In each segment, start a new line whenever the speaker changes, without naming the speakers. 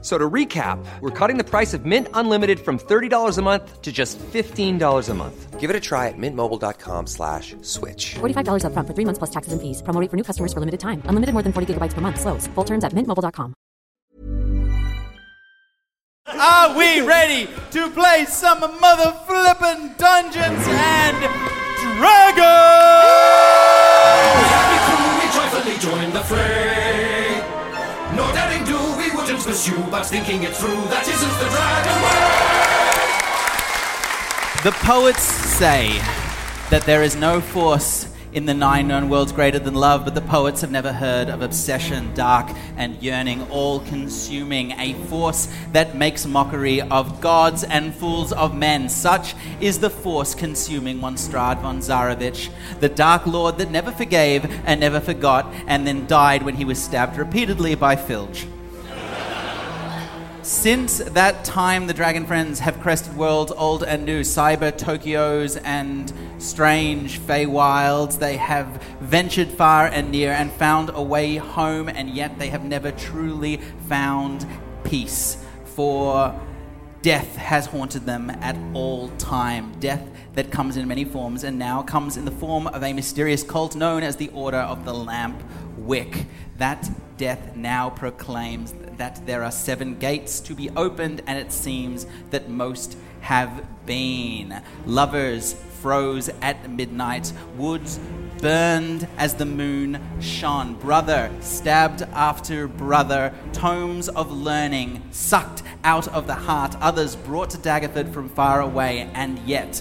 So to recap, we're cutting the price of Mint Unlimited from $30 a month to just $15 a month. Give it a try at mintmobile.com slash switch.
$45 upfront for three months plus taxes and fees. Promo rate for new customers for limited time. Unlimited more than 40 gigabytes per month. Slows. Full terms at mintmobile.com.
Are we ready to play some mother flippin' Dungeons and Dragons?
Happy crew, we joyfully join the fray. No daring do, we wouldn't pursue, but thinking it through, that isn't the dragon way.
The poets say that there is no force in the nine known worlds greater than love, but the poets have never heard of obsession, dark and yearning, all consuming, a force that makes mockery of gods and fools of men. Such is the force consuming one Strad von Zarevich, the dark lord that never forgave and never forgot, and then died when he was stabbed repeatedly by Filge. Since that time, the Dragon Friends have crested worlds old and new, cyber Tokyos and strange Feywilds. They have ventured far and near and found a way home, and yet they have never truly found peace. For death has haunted them at all time. Death that comes in many forms and now comes in the form of a mysterious cult known as the Order of the Lamp Wick. That death now proclaims that there are seven gates to be opened, and it seems that most have been. Lovers froze at midnight, woods burned as the moon shone, brother stabbed after brother, tomes of learning sucked out of the heart, others brought to Daggerford from far away, and yet.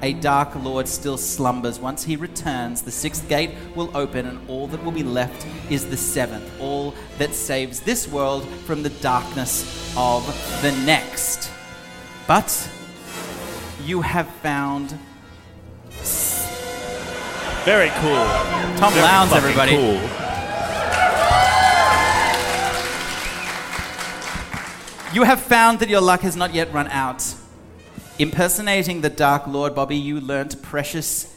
A dark lord still slumbers. Once he returns, the sixth gate will open, and all that will be left is the seventh, all that saves this world from the darkness of the next. But you have found
Very cool.
Tom
Very
Lowndes,
fucking
everybody.
Cool.
You have found that your luck has not yet run out. Impersonating the Dark Lord, Bobby, you learnt precious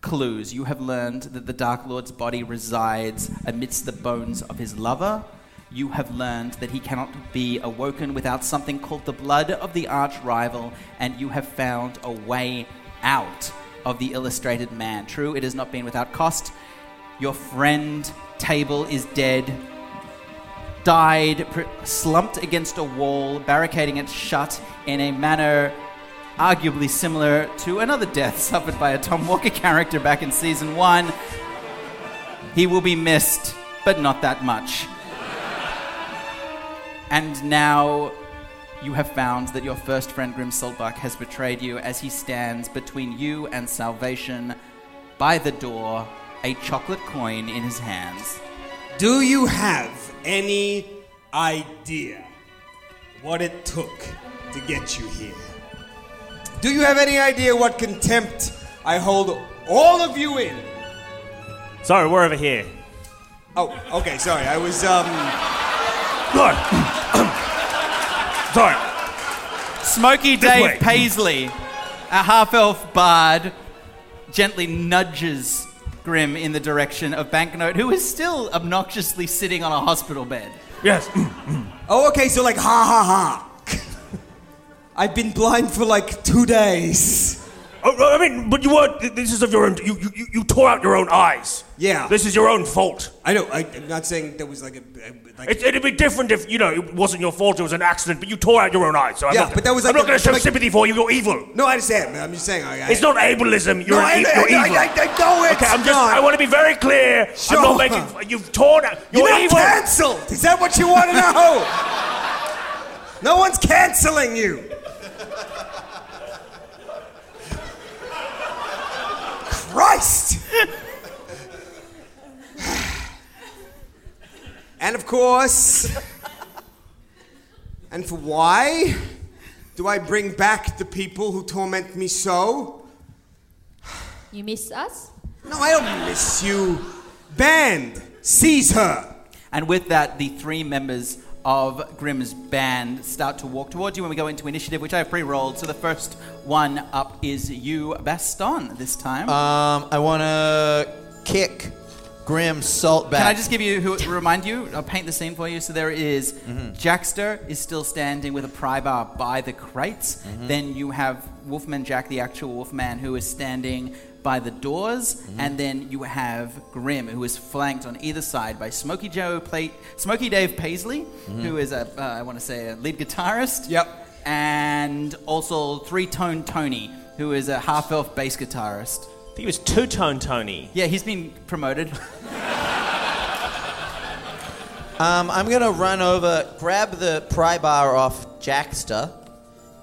clues. You have learned that the Dark Lord's body resides amidst the bones of his lover. You have learned that he cannot be awoken without something called the blood of the arch rival, and you have found a way out of the illustrated man. True, it has not been without cost. Your friend Table is dead died pr- slumped against a wall, barricading it shut in a manner arguably similar to another death suffered by a Tom Walker character back in season one. He will be missed, but not that much. And now you have found that your first friend Grim Saltbuck has betrayed you as he stands between you and salvation by the door, a chocolate coin in his hands.
Do you have any idea what it took to get you here? Do you have any idea what contempt I hold all of you in?
Sorry, we're over here.
Oh, okay, sorry. I was um
Sorry. Sorry.
Smoky
This
Dave
way.
Paisley, a half elf bard, gently nudges Grim in the direction of Banknote, who is still obnoxiously sitting on a hospital bed.
Yes.
Oh, okay, so like ha ha ha. I've been blind for like 2 days.
Oh, I mean, but you weren't. This is of your own. You, you, you- you tore out your own eyes.
Yeah.
This is your own fault.
I know I, I'm not saying there was like a like
It, it'd be different if, you know, it wasn't your fault, it was an accident, but you tore out your own eyes. So I'm
Yeah,
not,
but that was
I'm
like
not going
a-
to show
like-
sympathy for you, you're evil.
No, I understand. but I'm just saying I, I
It's not ableism, you're,
No, I,
an, e-
I,
you're
I,
evil.
I, I know it's
okay, I'm just.
not.
I want to be very clear. I'm
Sure.
not making. f- You've torn out. You're,
You're not
evil.
cancelled. Is that what you want to know? no one's canceling you. Christ. and of course, and for why do I bring back the people who torment me so?
You miss us?
No, I don't miss you. Band, seize her.
And with that, the three members of Grimm's band start to walk towards you when we go into initiative, which I have pre rolled. So the first one up is you, Baston, this time.
Um, I want to kick Grim Salt back.
Can I just give you, who, remind you, I'll paint the scene for you. So there is Jackster is still standing with a pry bar by the crates. Then you have Wolfman Jack, the actual Wolfman, who is standing by the doors. And then you have Grim, who is flanked on either side by Smokey Joe, play, Smokey Dave Paisley, who is a, uh, I want to say, a lead guitarist.
Yep.
And also Three Tone Tony, who is a half elf bass guitarist.
I think it was Two Tone Tony.
Yeah, he's been promoted.
Um, I'm gonna run over, grab the pry bar off Jackster,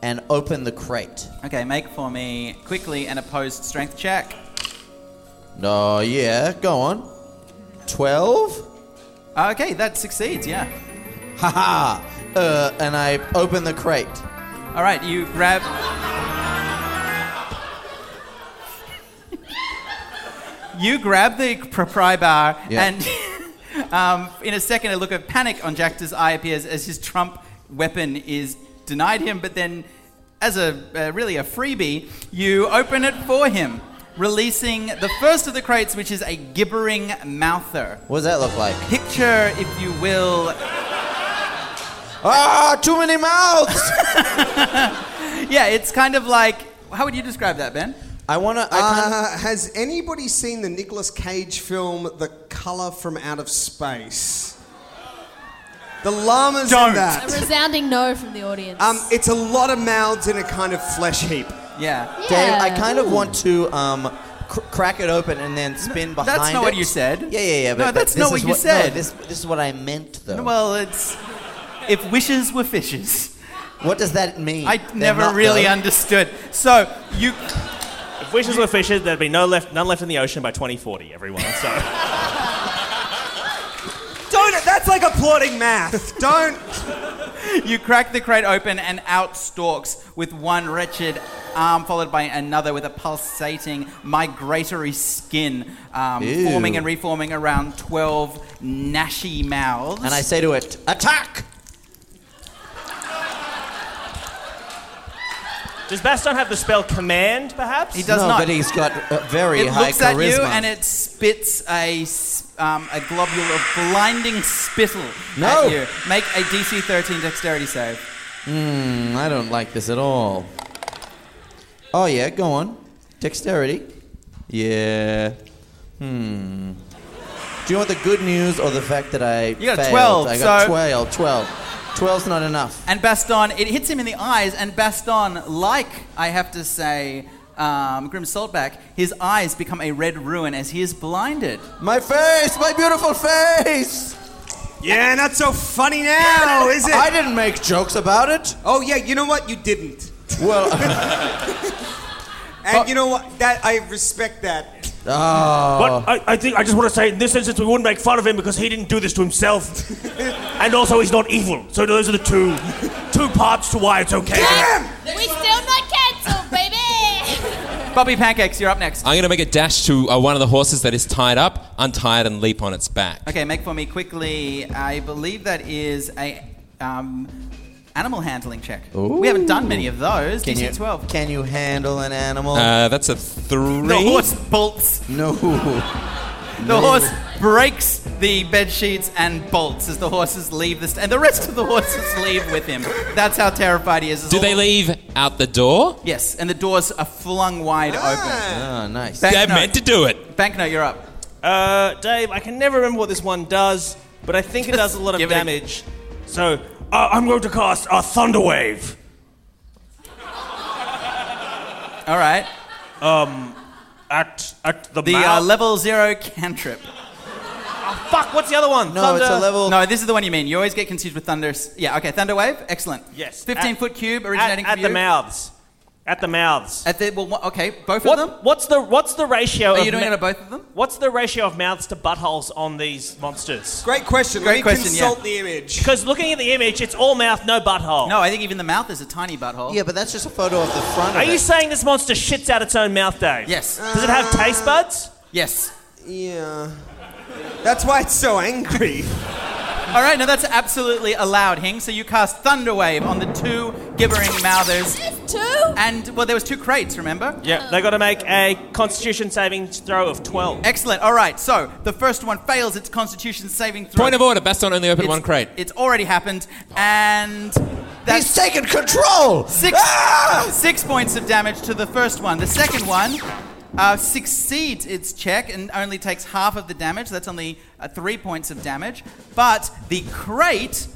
and open the crate.
Okay, make for me quickly an opposed strength check.
Oh yeah, go on. Twelve.
Okay, that succeeds, yeah.
Haha. Uh, and I open the crate.
All right, you grab. you grab the pr- pry bar,
Yeah.
and um, in a second, a look of panic on Jackter's eye appears as his trump weapon is denied him. But then, as a uh, really a freebie, you open it for him, releasing the first of the crates, which is a gibbering mouther.
What does that look like?
Picture, if you will,
Ah, too many mouths.
Yeah, it's kind of like how would you describe that, Ben?
I wanna. I kinda-
Uh, has anybody seen the Nicolas Cage film The Color from Out of Space? The llamas in
A
that.
resounding no from the audience.
Um, it's a lot of mouths in a kind of flesh heap.
Yeah.
yeah.
Dave, I kind of want to um, cr- crack it open and then spin behind.
that's not what
it.
you said.
Yeah, yeah, yeah.
No,
But, but
that's
this
not what
is
you said.
No, this, this is what I meant, though.
Well, it's if wishes were fishes.
what does that mean?
I
They're
never
not,
really
though.
understood. So you
If wishes were fishes, there'd be no left, none left in the ocean by 2040, everyone. So.
Don't. That's like applauding math. Don't.
you crack the crate open and out stalks with one wretched arm followed by another with a pulsating migratory skin um,
Ew.
forming and reforming around 12 gnashy mouths.
And I say to it, attack!
Does Baston have the spell command, perhaps?
he does
no,
not.
but he's got uh, very
It
high
looks
charisma.
at you and it spits a s- um, a globule of blinding spittle
No.
at you. Make a DC 13 dexterity save.
Mm, I don't like this at all. Oh yeah, go on. Dexterity. Yeah. Hmm. Do you want the good news or the fact that I
You got a
failed?
12,
I got
so-
12, 12. 12's not enough.
And Baston, it hits him in the eyes, and Baston, like I have to say, um, Grim Saltback, his eyes become a red ruin as he is blinded.
My face, my beautiful face.
Yeah, not so funny now, is it?
I didn't make jokes about it.
Oh yeah, you know what? You didn't.
Well,
And you know what? That I respect that.
Oh.
But I, I think I just want to say, in this instance, we wouldn't make fun of him because he didn't do this to himself, and also he's not evil. So those are the two, two parts to why it's okay.
we still not cancelled, baby.
Bobby Pancakes, you're up next.
I'm going to make a dash to uh, one of the horses that is tied up, untie it, and leap on its back.
Okay, make for me quickly. I believe that is a um, animal handling check. We haven't done many of those.
can
DC
you
12.
can you handle an animal?
Uh, that's a three.
the horse bolts
no.
The horse breaks the bed sheets and bolts as the horses leave the st- and the rest of the horses leave with him. That's how terrified he is. It's
Do
all-
they leave out the door?
Yes, and the doors are flung wide
Ah.
open.
Oh, nice.
They're
Banknote,
meant to do it.
Banknote, you're up.
Uh, Dave, I can never remember what this one does, but I think it
Just
does a lot of
give it a-
damage. So uh, I'm going to cast a thunder wave.
All right,
Um,
At at the,
the uh,
mouth.
level zero cantrip.
Ah, Fuck, what's the other one?
No,
thunder.
it's a level.
No, this is the one you mean. You always get confused with thunders. Yeah, okay, thunder wave, excellent.
Yes.
fifteen
At-
foot cube
at-
originating
at,
from
the
you.
mouths. At the mouths.
At the well, wha- okay, both
What-
of them.
What's the what's the ratio?
Are
of
you doing
ma-
it at both of them?
What's the ratio of mouths to buttholes on these monsters?
Great question. Let
Great
me
question, yeah.
consult the image.
Because looking at the image, it's all mouth, no butthole.
No, I think even the mouth is a tiny butthole.
Yeah, but that's just a photo of the front.
Are
of
you
it.
saying this monster shits out its own mouth, Dave?
Yes.
Does it have taste buds?
Yes.
Yeah. That's why it's so angry.
All right, now that's absolutely allowed, Hing. So you cast Thunderwave on the two gibbering mouthers.
Two?
And well, there was two crates, remember?
Yeah, they got to make a Constitution saving throw of 12.
Excellent. All right, so the first one fails its Constitution saving throw.
Point of order, Baston only opened
It's-
one crate.
It's already happened, and that's
He's taken control! Ah!
six six points of damage to the first one. The second one uh, succeeds its check and only takes half of the damage. That's only uh, three points of damage. But the crate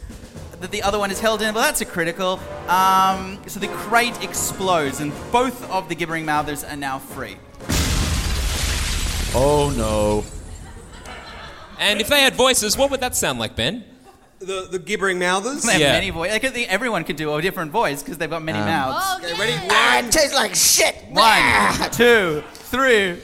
that the other one is held in, well, that's a critical. Um, so the crate explodes, and both of the gibbering mouthers are now free.
Oh no.
And if they had voices, what would that sound like, Ben?
The, the gibbering mouthers.
They have
Yeah.
many voice. Like, everyone could do a different voice because they've got many mouths.
Oh, yeah.
Ready?
It tastes like shit!
One, two, three.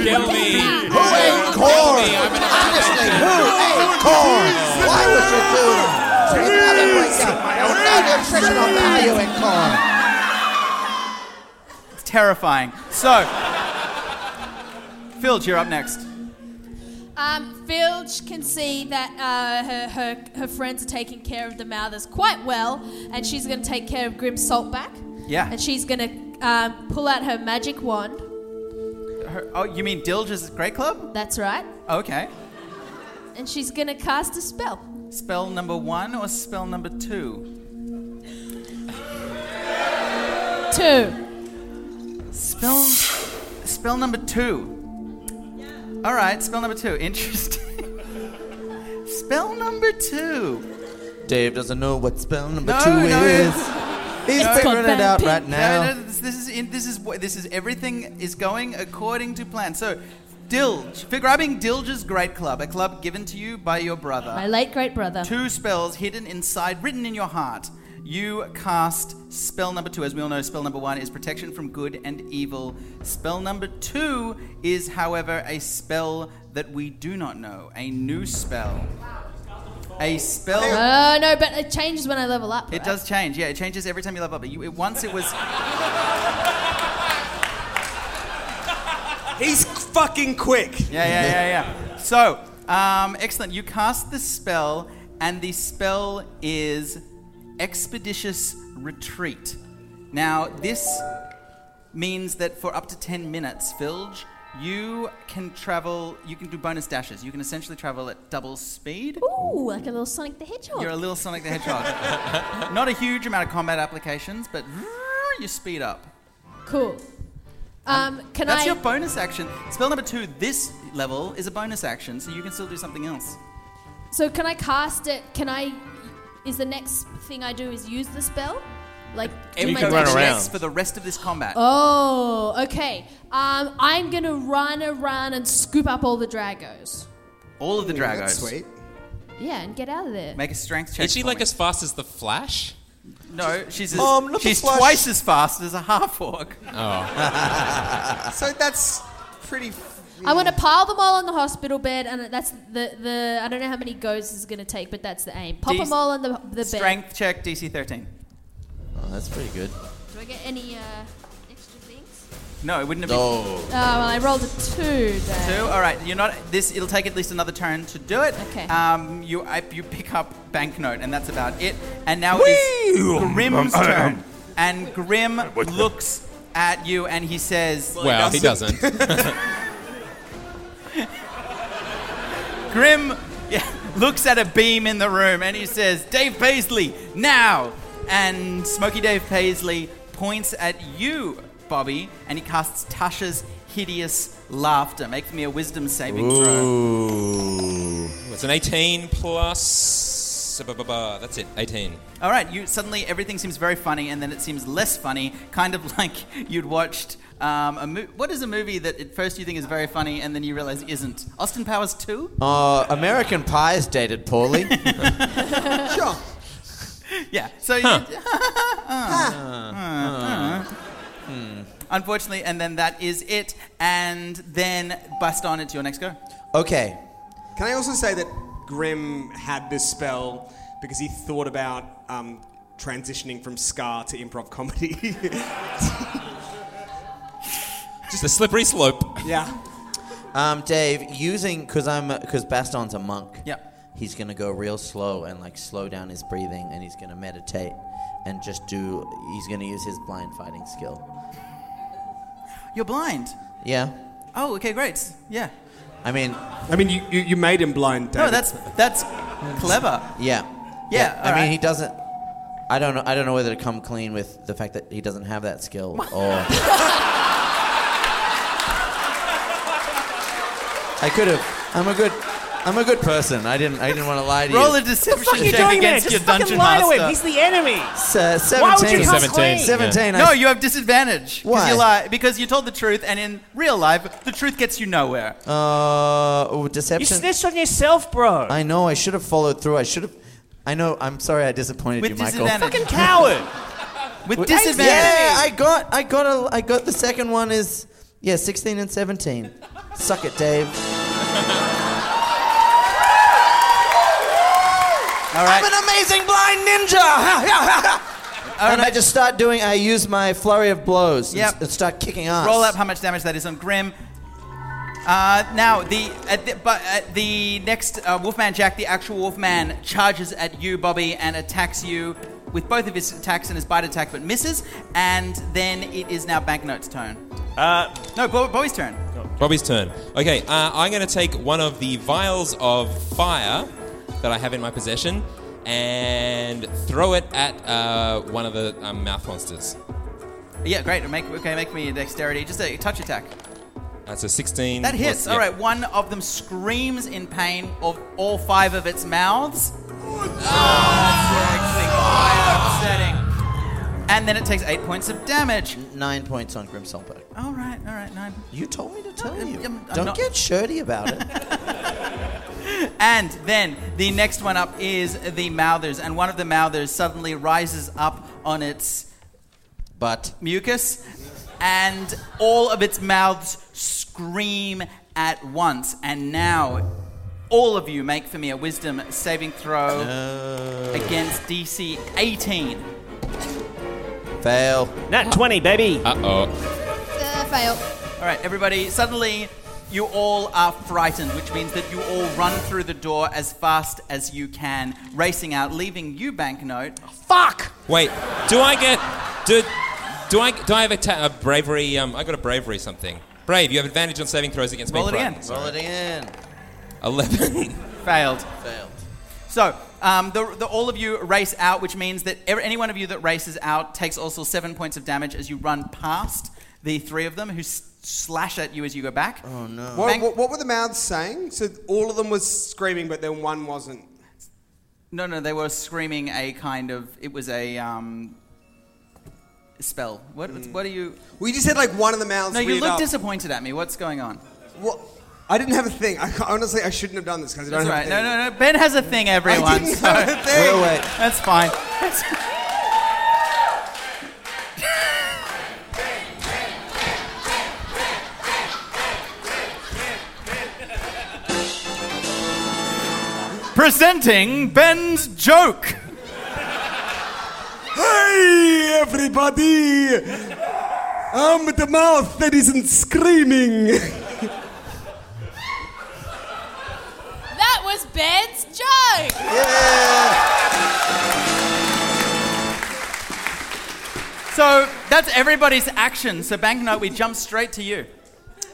Kill me.
Who ate corn? Honestly, who ate corn? Why would you do that? It's not a breakdown. It's not nutritional value in corn.
It's terrifying. So, Filge, you're up next.
Um, Filch can see that uh, her, her, her friends are taking care of the Mouthers quite well, and she's going to take care of Grim Saltback.
Yeah.
And she's going to um, pull out her magic wand.
Her, oh, you mean Dilge's Great Club?
That's right.
Okay.
And she's going to cast a spell.
Spell number one or spell number two?
Two.
Spell. Spell number two. All right, spell number two. Interesting. spell number two.
Dave doesn't know what spell number
No,
two
no,
is. He's
no.
figuring it out right
No,
now.
no, this, this is in, this is what- this is everything is going according to plan. So, Dilge, for grabbing Dilge's Great Club, a club given to you by your brother.
My late great brother.
Two spells hidden inside, written in your heart. You cast spell number two. As we all know, spell number one is protection from good and evil. Spell number two is, however, a spell that we do not know. A new spell. A spell.
Oh, no, but it changes when I level up.
It
right?
does change. Yeah, it changes every time you level up. You, it, once it was.
He's fucking quick.
Yeah, yeah, yeah, yeah. So, um, excellent. You cast the spell, and the spell is Expeditious Retreat. Now, this means that for up to 10 minutes, Filge, you can travel, you can do bonus dashes. You can essentially travel at double speed.
Ooh, like a little Sonic the Hedgehog.
You're a little Sonic the Hedgehog. Not a huge amount of combat applications, but you speed up.
cool. Um, can
That's
I?
your bonus action. Spell number two, this level, is a bonus action, so you can still do something else.
so can I cast it? Can I? Is the next thing I do is use the spell? Like do
Every
my
can run
dash?
around.
for the rest of this combat.
Oh, okay. Um, I'm gonna run around and scoop up all the dragos.
All of the dragos.
Sweet.
Yeah, and get out of there.
Make a strength check.
Is she
for
like
me.
as fast as the Flash?
No, she's as,
Um, not the
she's
flash.
twice as fast as a half orc.
Oh.
So that's pretty.
I want to pile them all on the hospital bed, and that's the the. I don't know how many goes is gonna take, but that's the aim. Pop
Dec-
them all on the the bed.
Strength check DC 13.
Oh, that's pretty good.
Do I get any uh, extra things?
No, it wouldn't have been
Oh.
Oh, well, I rolled a two there.
two. All right, you're not. This it'll take at least another turn to do it.
Okay.
Um, you I, you pick up banknote, and that's about it. And now it's Grim's turn, and Grim looks at you, and he says,
well, he doesn't.
Grim yeah, looks at a beam in the room and he says, Dave Paisley, now! And Smoky Dave Paisley points at you, Bobby, and he casts Tasha's hideous laughter. Make me a wisdom saving throw.
it's an 18 plus. ba, ba, ba. That's it, 18.
All right, you suddenly everything seems very funny, and then it seems less funny, kind of like you'd watched um, a mo- what is a movie that at first you think is very funny, and then you realize isn't. Austin Powers Two.
Uh, American Pie is dated poorly.
Sure.
Yeah. So you- Uh, uh,
Hmm.
unfortunately, and then that is it. And then bust on into your next go.
Okay.
Can I also say that Grim had this spell because he thought about um, transitioning from Scar to improv comedy?
Just a slippery slope.
yeah.
Um, Dave, using because I'm because Baston's a monk.
Yeah.
He's gonna go real slow and like slow down his breathing, and he's gonna meditate and just do. He's gonna use his blind fighting skill.
You're blind.
Yeah.
Oh, okay, great. Yeah.
I mean,
I mean, you, you, you made him blind.
No, that's that's clever.
Yeah.
Yeah,
I
all
mean,
right.
he doesn't. I don't know. I don't know whether to come clean with the fact that he doesn't have that skill or. I could have. I'm a good. I'm a good person. I didn't. I didn't want to lie to
Roll
you.
a
What
deception
the fuck are you
check
doing there?
against
Just
your
fucking
dungeon
lie to
master.
him. He's the enemy.
S- uh, Seventeen.
Why would you come
17.
clean?
Seventeen.
No,
I,
you have disadvantage. 'cause
Why?
You lie, because you told the truth, and in real life, the truth gets you nowhere.
Uh, oh,
You
deception.
snitched on yourself, bro.
I know. I should have followed through. I should have. I know. I'm sorry. I disappointed
With
you, Michael.
disadvantage.
Fucking coward.
With
Yeah,
disadvantage.
I got. I got. A, I got. The second one is yeah, 16 and 17. Suck it, Dave.
All
I'm
right.
an amazing blind ninja. and I just start doing. I use my flurry of blows. and
Yep.
s- And start kicking ass.
Roll up how much damage that is on Grim. Uh, now the, at the but at the next uh, Wolfman Jack, the actual Wolfman charges at you, Bobby, and attacks you with both of his attacks and his bite attack, but misses. And then it is now Banknote's turn.
Uh,
No, Bo- Bobby's turn.
Bobby's turn. Okay, uh, I'm going to take one of the vials of fire that I have in my possession and throw it at uh, one of the um, mouth monsters.
Yeah, great. Make okay, make me a dexterity, just a touch attack.
That's a 16.
That hits.
plus-
All
yeah.
right, one of them screams in pain of all five of its mouths. Oh, that's actually quite upsetting. And then it takes eight points of damage.
Nine points on Grim Saltberg.
All right, all right, nine.
You told me to tell
I'm-
you.
I'm- I'm
Don't
not-
get shirty about it.
And then the next one up is the mouthers, and one of the mouthers suddenly rises up on its
but
mucus, and all of its mouths scream at once. And now, all of you make for me a wisdom saving throw against DC 18.
fail.
nat 20, baby.
Uh-oh.
Uh, fail.
All right, everybody, suddenly you all are frightened, which means that you all run through the door as fast as you can, racing out, leaving you banknote.
Fuck.
Wait, do I get... Do, do I do I have a, ta- a bravery... Um, I got a bravery something. Brave, you have advantage on saving throws against
Roll it
being frightened.
again.
Roll it in.
11.
Failed.
Failed.
So, um, the, the, all of you race out, which means that ev- any one of you that races out takes also seven points of damage as you run past the three of them who s- slash at you as you go back. Oh no!
What, what, what were the mouths saying? So all of them was screaming, but then one wasn't.
No, no, they were screaming a kind of. It was a um, spell. What?
Hmm.
What are you?
We just had like one of the mouths.
No, you
read
look
up.
disappointed at me. What's going on?
What? I didn't have a thing. I, honestly, I shouldn't have done this because I
That's
don't
all
have
right.
a thing.
No, no, no. Ben has a thing, everyone.
I didn't
so
have a thing.
Wait, wait.
that's fine. Presenting Ben's joke.
Hey, everybody! I'm the mouth that isn't screaming.
That was Ben's joke.
So that's everybody's action. So Banknote, we jump straight to you.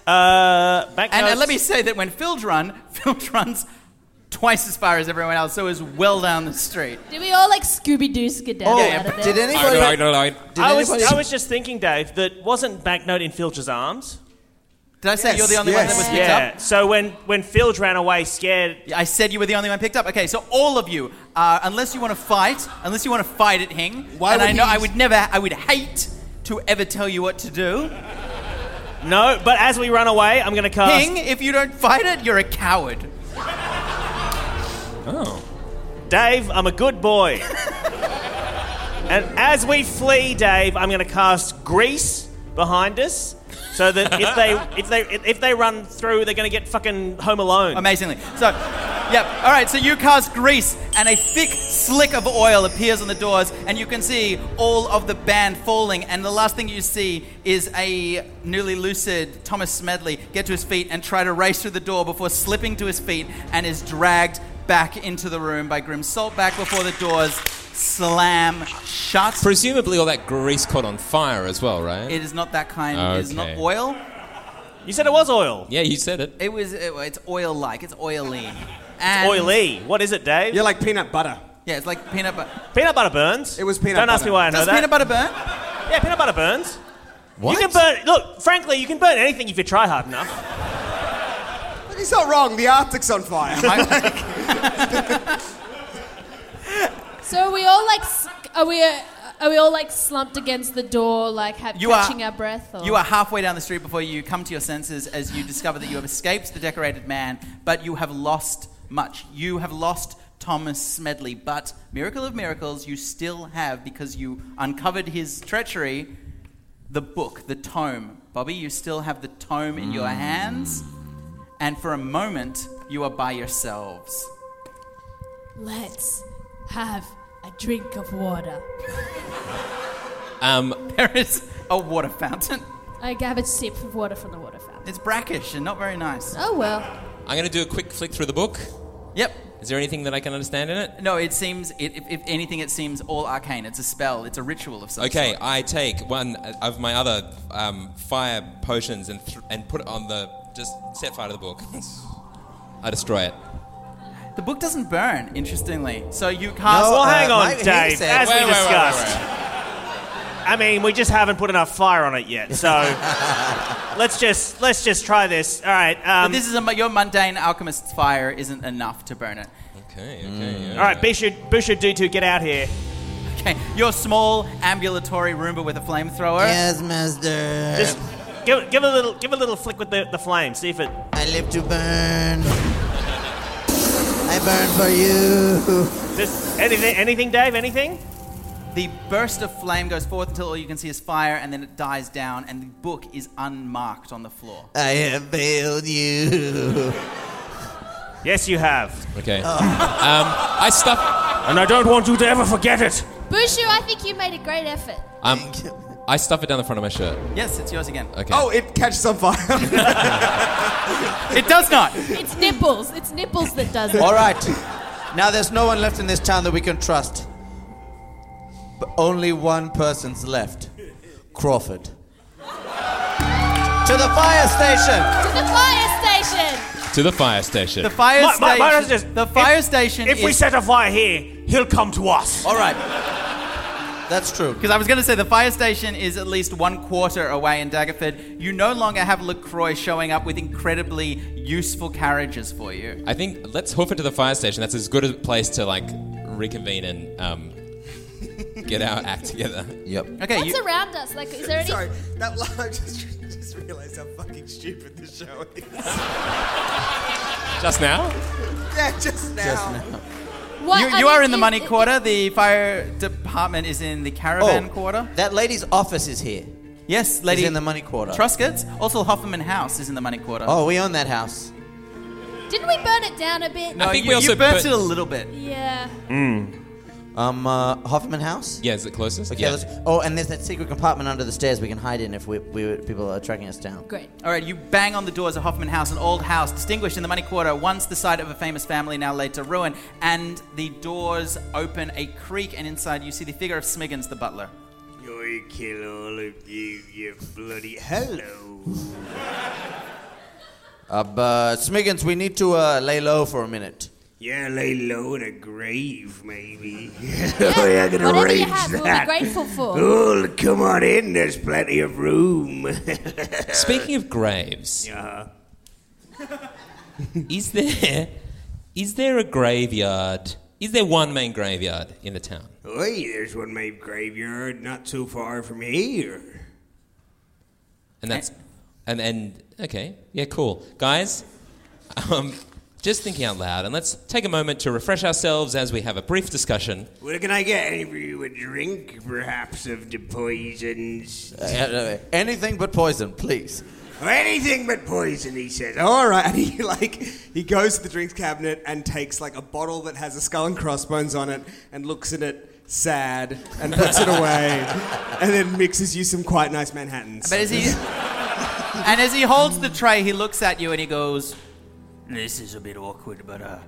Uh, back
And uh,
notes.
let me say that when Phil's run, Phil's runs twice as far as everyone else, so is well down the street.
Did we all like Scooby Doo skedaddle
Oh,
out of there?
did
I
anybody?
don't, I don't, I don't.
Did
I was,
anybody-
I was just thinking, Dave, that wasn't Banknote in Filch's arms.
Did I say
Yes,
you're the only one that
yes.
was picked
Yeah.
up?
So when when Filch ran away scared,
Yeah, I said you were the only one picked up. Okay, so all of you, uh, unless you want to fight, unless you want to fight at Hing,
Why
and
would
I know
he-
I would never, I would hate to ever tell you what to do.
no. But as we run away, I'm gonna cast.
Hing, if you don't fight it, you're a coward.
Oh.
Dave, I'm a good boy. and as we flee, Dave, I'm going to cast grease behind us, so that if they if they if they run through, they're going to get fucking home alone.
Amazingly. So Yep. All right. So you cast grease, and a thick slick of oil appears on the doors, and you can see all of the band falling. And the last thing you see is a newly lucid Thomas Smedley get to his feet and try to race through the door before slipping to his feet and is dragged back into the room by Grim Saltback before the doors slam shut.
Presumably, all that grease caught on fire as well, right?
It is not that kind. It is not
Okay.
oil.
You said it was oil.
yeah, you said it.
It was. It, it's oil-like. It's oily. And-
Oily. What is it, Dave?
You're like peanut butter.
Yeah, it's like peanut butter.
peanut butter burns.
It was peanut
Don't
butter.
ask me why I know
Does
that.
peanut butter burn?
yeah, peanut butter burns.
What?
You can burn. Look, frankly, you can burn anything if you try hard enough.
He's not wrong. The Arctic's on fire.
So are we all like, s- are we, uh, are we all like slumped against the door, like ha-
You are-
catching our breath? Or?
You are halfway down the street before you come to your senses as you discover that you have escaped the decorated man, but you have lost much. You have lost Thomas Smedley, but miracle of miracles, you still have because you uncovered his treachery. The book, the tome, Bobby, you still have the tome in
Mm.
your hands, and for a moment you are by yourselves.
Let's have a drink of water.
Um,
There is a water fountain.
I grab a sip of water from the water fountain.
It's brackish and not very nice.
Oh well.
I'm going to do a quick flick through the book.
Yep,
Is there anything that I can understand in it?
No, it seems, it, if, if anything, it seems all arcane. It's a spell, it's a ritual of some
Okay,
sort.
I take one of my other um, fire potions and th- and put it on the just set fire to the book. I destroy it.
The book doesn't burn, interestingly. So you cast.
well, hang
uh,
on,
Mike, he
Dave.
said-
as
Wait,
we
wait, wait, wait,
discussed,
wait.
I mean, we just haven't put enough fire on it yet. So let's just let's just try this. All right.
But
Um,
this is a, your mundane alchemist's fire isn't enough to burn it.
Okay, okay.
Mm.
all right, Bishop, Bishop D2, get out here.
Okay, your small ambulatory Roomba with a flamethrower.
Yes, master.
Just give, give a little give a little flick with the, the flame. See if it.
I live to burn. I burn for you.
Just anything anything, Dave. Anything.
The burst of flame goes forth until all you can see is fire, and then it dies down, and the book is unmarked on the floor.
I have failed you.
Yes, you have.
Okay. Um, I stuff.
And I don't want you to ever forget it.
Bushu, I think you made a great effort.
Um, I stuff it down the front of my shirt.
Yes, it's yours again.
Okay.
oh, it catches on fire.
It does not!
It's nipples. It's nipples that does it.
All right. Now there's no one left in this town that we can trust. But only one person's left. Crawford. to the fire station.
To the fire station.
to the fire station.
The fire
My- my-
station.
mine is just-
the fire
if-
station.
If we
is-
set a fire here, he'll come to us.
All right. That's true.
Because I was going to say the fire station is at least one quarter away in Daggerford. You no longer have LaCroix showing up with incredibly useful carriages for you.
I think let's hoof it to the fire station. That's as good a place to like reconvene and um, get our act together.
Yep.
Okay,
What's
you,
around us? Like, is there any?
Sorry, that line, I just, just realized how fucking stupid the show is.
Just now?
Yeah, just now.
What,
you,
I
you
mean,
are in the
if-
money
if-
quarter. The fire department is in the caravan quarter.
Oh, That lady's office is here.
Yes, lady.
in the money quarter.
Truscott's. Also, Hoffman House is in the money quarter.
Oh, we own that house.
Didn't we burn it down a bit?
No. I think
you,
we also
you burnt
put-
it a little bit.
Yeah.
Um, uh, Hoffman House.
Hmm. Yeah, is it closest?
Okay.
yeah.
Let's, oh, and there's that secret compartment under the stairs we can hide in if we, we people are tracking us down.
Great.
All right, you bang on the doors of Hoffman House, an old house distinguished in the money quarter, once the site of a famous family, now laid to ruin. And the doors open a creak, and inside you see the figure of Smiggins, the butler.
I kill all of you, you bloody hello.
Uh, but Smiggins, we need to uh, lay low for a minute.
Yeah, lay low in a grave, maybe.
Yeah,
yeah, I can
whatever
arrange
you have, we'll be
that.
grateful for.
Oh, come on in. There's plenty of room.
Speaking of graves,
uh,
is there is there a graveyard? Is there one main graveyard in the town?
oi, there's one made graveyard not too far from here.
And that's and and okay, yeah, cool, guys. Um, just thinking out loud, and let's take a moment to refresh ourselves as we have a brief discussion.
Well, can I get any of you a drink, perhaps, of the poisons?
Uh, uh, anything but poison, please.
anything but poison, he says. All right. And he like he goes to the drinks cabinet and takes like a bottle that has a skull and crossbones on it and looks at it sad and puts it away and then mixes you some quite nice Manhattans.
But is he? and as he holds the tray, he looks at you and he goes, "This is a bit awkward, but uh,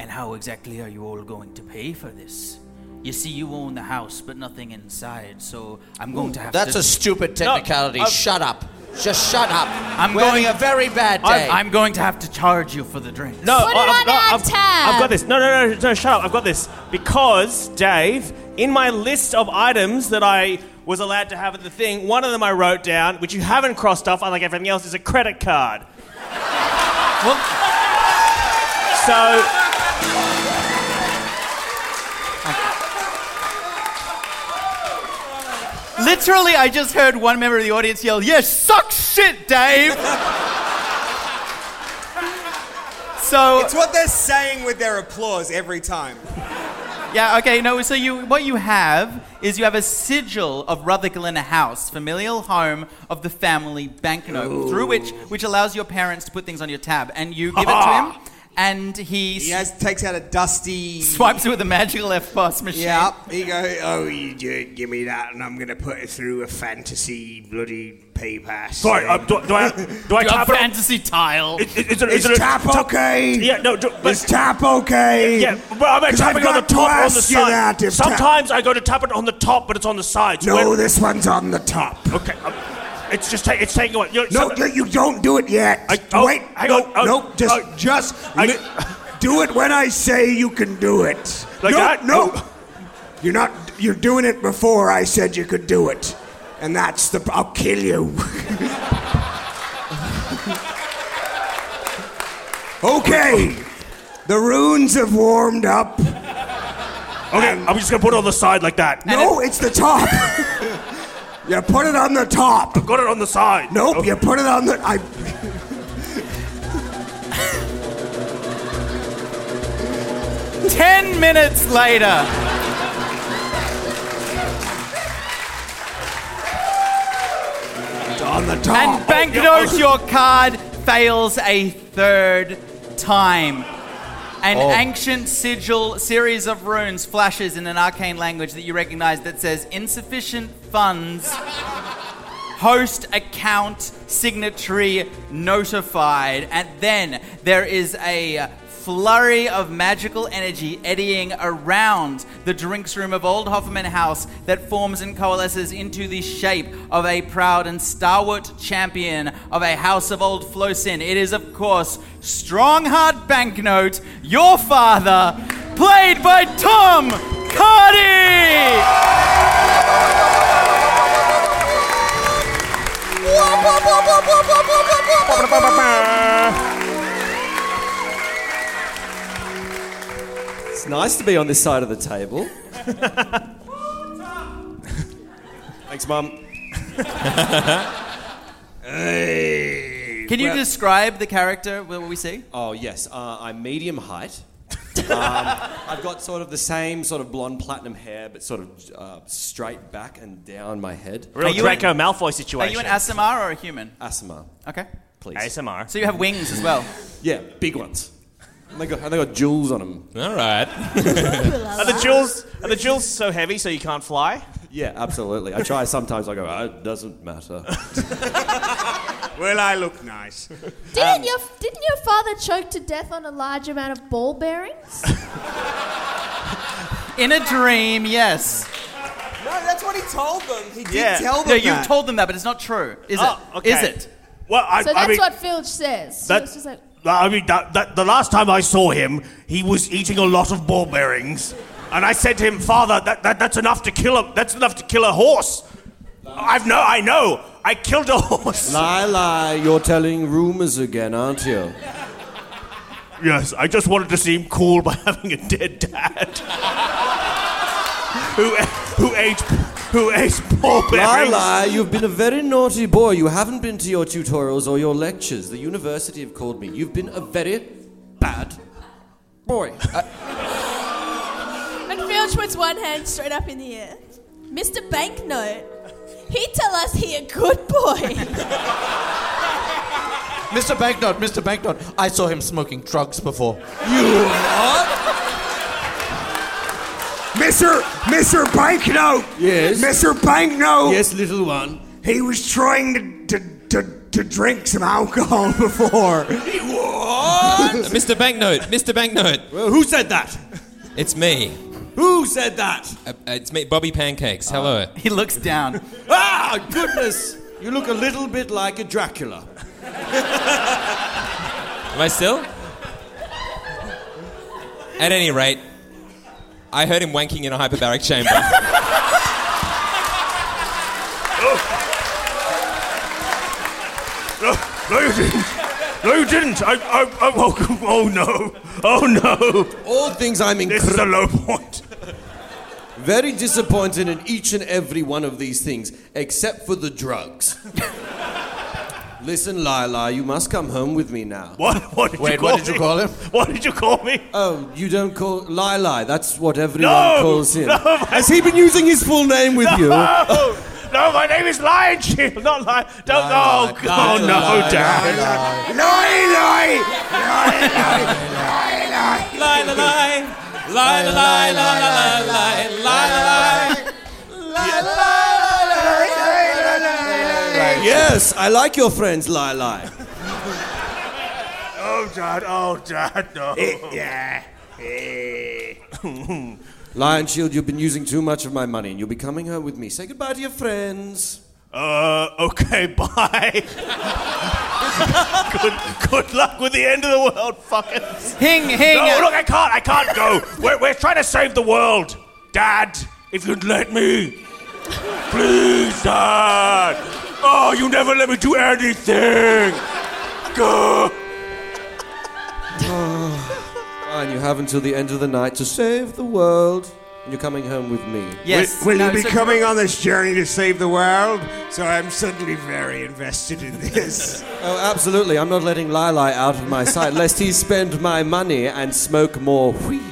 and how exactly are you all going to pay for this? You see, you own the house, but nothing inside, so I'm going to have
That's
to."
a stupid technicality. shut up. Just shut up.
I'm
We're
going
having a very bad day.
I'm, I'm going to have to charge you for the drinks.
No,
Put
I, have
it on
no,
our
I've,
tab.
I've got this. No, no, no, no, shut up. I've got this. Because, Dave, in my list of items that I was allowed to have at the thing, one of them I wrote down, which you haven't crossed off, unlike everything else, is a credit card. so.
Literally, I just heard one member of the audience yell, Yes, suck shit, Dave! so.
It's what they're saying with their applause every time.
Yeah, okay, no, so you what you have is you have a sigil of Rutherglen House, familial home of the family banknote, through which which allows your parents to put things on your tab, and you give it to him, and he
He has, takes out a dusty.
swipes it with a magical F boss machine.
Yeah.
He goes, oh, you did give me that, and I'm going to put it through a fantasy bloody pay pass.
Sorry, uh, do, do I do I tap it on-
tile?
Is, is, is it- is
Is
it a-
tap okay?
Yeah, no, do, but
Is tap okay?
Yeah, but I'm
Because I've
tapping on the
got to
top or on the
ask you
side.
that if tap-
Sometimes I go to tap it on the top, but it's on the side. so
No,
when-
this one's on the top.
Okay, um, it's just ta- it's taking away. You're,
No,
some-
you, you don't do it yet.
I- oh,
Wait,
hang
no,
on, oh,
no, just,
oh,
just li- do it when I say you can do it.
Like
no,
that? Oh.
no, you're not. You're doing it before I said you could do it, and that's the. I'll kill you. okay, the runes have warmed up.
okay, I'm just gonna put it on the side like that.
No, it's the top. you put it on the top.
I've got it on the side.
Nope, you put it on the. I.
Ten minutes later.
on the top.
And banknote your card fails a third time. An
Oh.
ancient sigil series of runes flashes in an arcane language that you recognize that says insufficient funds, host account signatory notified. And then there is a flurry of magical energy eddying around the drinks room of Old Hoffman House that forms and coalesces into the shape of a proud and stalwart champion of a house of old Flosin. It is, of course, Strongheart Banknote, your father, played by Tom Cardi!
It's nice to be on this side of the table. Thanks, Mum.
Can you describe the character, wh- what we see?
Oh, yes. Uh, I'm medium height. um, I've got sort of the same sort of blonde platinum hair, but sort of uh, straight back and down my head.
Real Draco Malfoy
Are
situation.
you an ASMR or a human?
Asthma,
Okay.
please.
ASMR?
So you have wings as well.
Yeah, big ones. And they got, and they got jewels on them.
All right.
Are the jewels are the jewels so heavy so you can't fly?
Yeah, absolutely. I try sometimes. I go, oh, it doesn't matter.
Well, I look nice.
Um,
Didn't your didn't your father choke to death on a large amount of ball bearings?
In a dream, yes.
No, that's what he told them. He did
Yeah.
tell them
Yeah, you
that.
told them that, but it's not true, is
Oh,
it?
okay.
Is it?
Well, I,
So
I
that's
mean,
what Filch says. So
that-
it's just like,
I mean that, that, the last time I saw him, he was eating a lot of ball bearings, and I said to him, "Father, that, that, that's enough to kill a that's enough to kill a horse." I've no, I know, I killed a horse.
Lila, you're telling rumors again, aren't you?
Yes, I just wanted to seem cool by having a dead dad who who ate who ate ball bearings.
Lila, you've been a very naughty boy. You haven't been to your tutorials or your lectures. The university have called me. You've been a very bad boy. Uh,
and Filch puts one hand straight up in the air. Mr. Banknote, he tell us he a good boy.
Mr. Banknote, Mr. Banknote, I saw him smoking drugs before.
You what? Mr. Mr. Banknote.
Yes.
Mr. Banknote.
Yes, little one.
He was trying to to, to, to drink some alcohol before.
Mr. Uh, Banknote, Mr. Banknote.
who said that?
It's me.
Who said that?
Uh, it's me, Bobby Pancakes. Hello.
he looks down.
ah, goodness! You look a little bit like a Dracula.
Ah.
Am I still? At any rate, I heard him wanking in a hyperbaric chamber.
No, no, you didn't. No, you didn't. I, I, I woke up. Oh no. Oh no.
All things I'm
This is a low point.
Very disappointed in each and every one of these things, except for the drugs. Listen, Lila, you must come home with me now.
What? What did you Wait, what call did you me? call him? What did you call me?
Oh, you don't call Lila. That's what everyone
No!
calls him.
No, my-
Has he been using his full name with you?
No. No, my name is Lion Shield, not Lion. Don't. oh, God, oh no, Dad.
Lie,
Lie,
lie.
lie, lie. Lie, lie, lie, lie, lie, lie, lie, lie.
Yes, I like your friends, Lila.
Oh, Dad. Oh, Dad. No.
yeah.
Lion Shield, you've been using too much of my money, and you'll be coming home with me. Say goodbye to your friends.
Uh, okay, bye. good, good luck with the end of the world, fuckers.
Hing, hing.
No, look, I can't. I can't go. We're, we're trying to save the world. Dad, if you'd let me. Please, Dad. Oh, you never let me do anything. Go.
Fine, you have until the end of the night to save the world, and you're coming home with me.
Yes.
Will, will
No,
you be
so-
coming on this journey to save the world? So I'm suddenly very invested in this.
Oh, absolutely. I'm not letting Lila out of my sight, lest he spend my money and smoke more weed.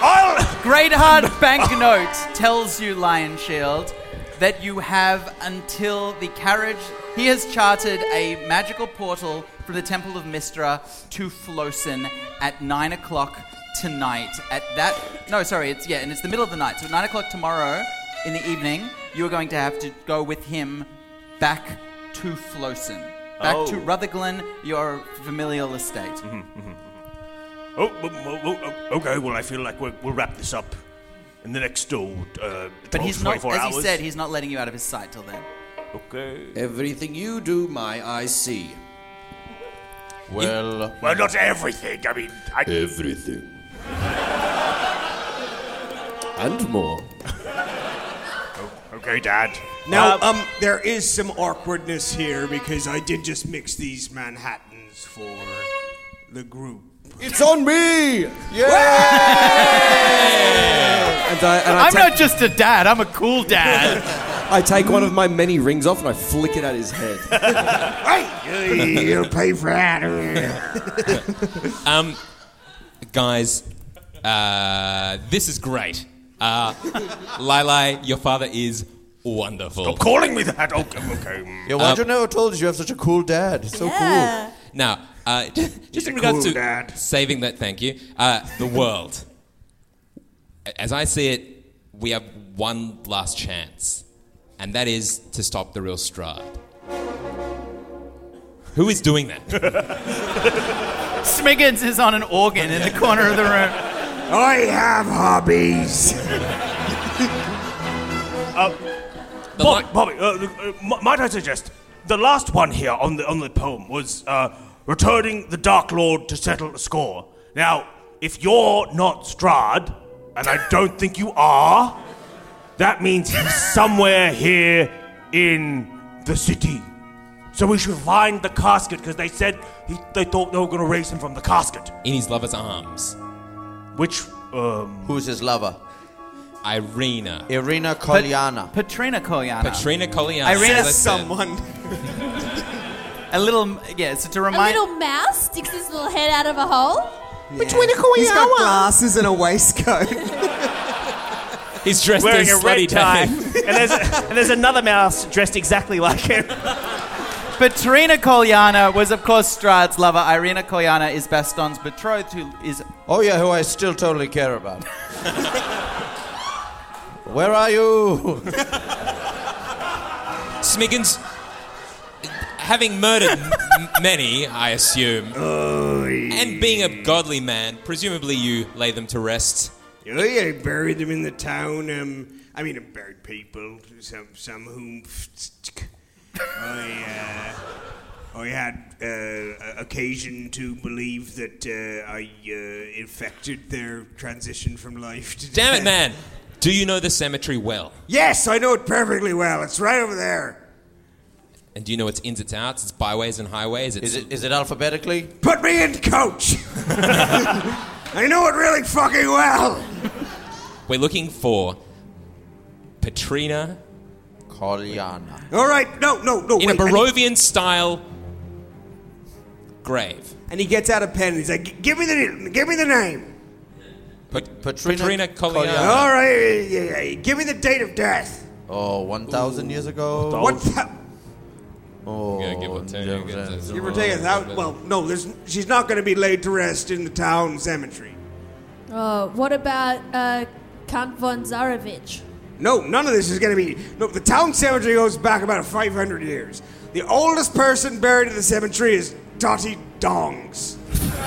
I'll.
Great Hard Banknote tells you, Lion Shield, that you have until the carriage. He has charted a magical portal from the Temple of Mistra to Flosin at 9 o'clock tonight. At that. No, sorry, it's. Yeah, and it's the middle of the night. So at 9 o'clock tomorrow in the evening, you are going to have to go with him back to Flosin. Back
Oh.
to Rutherglen, your familial estate.
Mm-hmm, Oh, oh, oh, oh, okay. Well, I feel like we'll, we'll wrap this up in the next oh, uh, 12
But he's not,
24
as
hours.
he said, he's not letting you out of his sight till then.
okay.
Everything you do, my eyes see. uh,
Well,
Well, not everything. I mean, I.
Everything. and more.
Oh, Okay, Dad. Uh,
Now,
Uh,
um, there is some awkwardness here because I did just mix these Manhattans for the group.
It's on me! And I, and I
I'm
take-
not just a dad, I'm a cool dad.
I take one of my many rings off and I flick it at his head.
Hey, you'll pay for that.
Um, guys, uh, this is great. Uh, Lila, your father is wonderful.
Stop calling me that. Okay, okay. mm.
yeah, why
Um,
don't I told you you have such a cool dad? So cool.
Now, uh, just in
a
regards
cool
to
dad.
saving that, thank you. Uh, the world, as I see it, we have one last chance, and that is to stop the real Strahd. Who is doing that?
Smiggins is on an organ in the corner of the room.
I have hobbies.
The
Bobby,
li-
uh, Bobby uh, look, uh, m- might I suggest the last one here on the on the poem was uh, returning the Dark Lord to settle the score. Now, if you're not Strad, and I don't think you are, that means he's somewhere here in the city. So we should find the casket because they said he, they thought they were going to raise him from the casket.
in his lover's arms,
Which
uh,
um,
Who's his lover?
Irina,
Irina Kolyana.
Patrina Koyana.
Katrina Colliana.
Irina
that's it.
a little, yeah, so to
A
remind.
little mouse sticks his little head out of a hole.
Between a He's got glasses and a waistcoat.
He's dressed
Wearing
in
a red
slutty tie.
tie. and, there's and there's another mouse dressed exactly like him.
But Terina Kolyana was, of course, Strad's lover. Irina Kolyana is Baston's betrothed, who is.
Oh, yeah, who I still totally care about. Where are you?
Smiggins, having murdered m- many, I assume, and being a godly man, presumably you lay them to rest.
Oh yeah, buried them in the town. Um, I mean, I buried people. Some, some whom I, uh, I had uh, occasion to believe that uh, I uh, infected their transition from life to.
Damn it,
death.
man! Do you know the cemetery well?
Yes, I know it perfectly well. It's right over there.
And do you know its ins, its outs, its byways and highways? It's, is it
is it alphabetically?
Put me in coach. I know it really fucking well.
We're looking for Petrina
Kolyana
All right, no, no, no.
in
wait,
a
I need-
Barovian style grave.
And he gets out a pen and he's like, "Give me the, give me the name.
Petrina Kolyana.
All right, yeah, yeah, yeah, give me the date of death.
Oh, 1,000 years ago?
What? The,
Oh,
give or take a thousand. Well, no, there's, she's not going to be laid to rest in the town cemetery.
Oh, what about uh, Count von Zarevich?
No, none of this is going to be. No, the town cemetery goes back about 500 years. The oldest person buried in the cemetery is Dotty Dongs.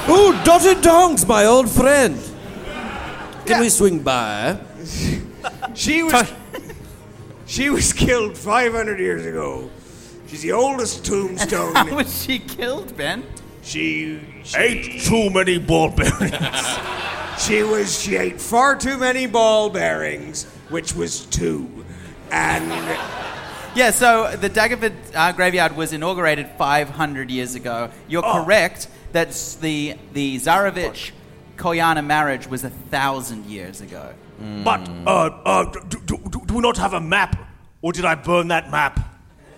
Ooh, Dotted Dongs, my old friend. Can we swing by?
She was. she was killed 500 years ago. She's the oldest tombstone.
How was she killed, Ben?
She, she
ate too many ball bearings.
She was she ate far too many ball bearings, which was two, and
Yeah, so the Daggerford uh, graveyard was inaugurated 500 years ago. You're
Oh.
correct that s- the, the Zarevich Kolyana marriage was a thousand years ago.
Hmm.
But uh, uh, do, do, do, do we not have a map? Or did I burn that map?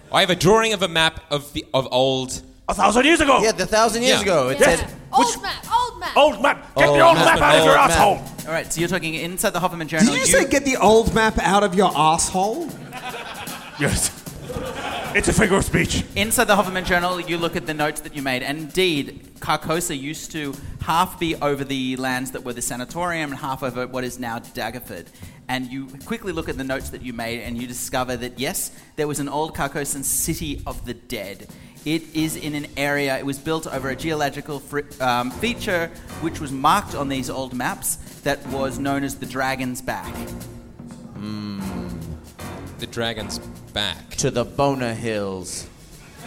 I have a drawing of a map of the, of old.
A thousand years ago.
Yeah, the thousand years
Yeah.
ago. It
Yeah.
said, Oh.
Old map, old map.
Old map. Get
Old
Oh,
the old map,
map,
out of your
old map.
asshole.
All right, so you're talking inside the Hoffman Journal.
Did you say get the old map out of your asshole?
Yes. It's a figure of speech.
Inside the Hoffman Journal, you look at the notes that you made. And Indeed, Carcosa used to half be over the lands that were the sanatorium and half over what is now Daggerford. And you quickly look at the notes that you made and you discover that, yes, there was an old Carcosan city of the dead. It is in an area, it was built over a geological fr- um, feature which was marked on these old maps that was known as the Dragon's Back.
The dragon's Hmm. back.
to the Bona Hills.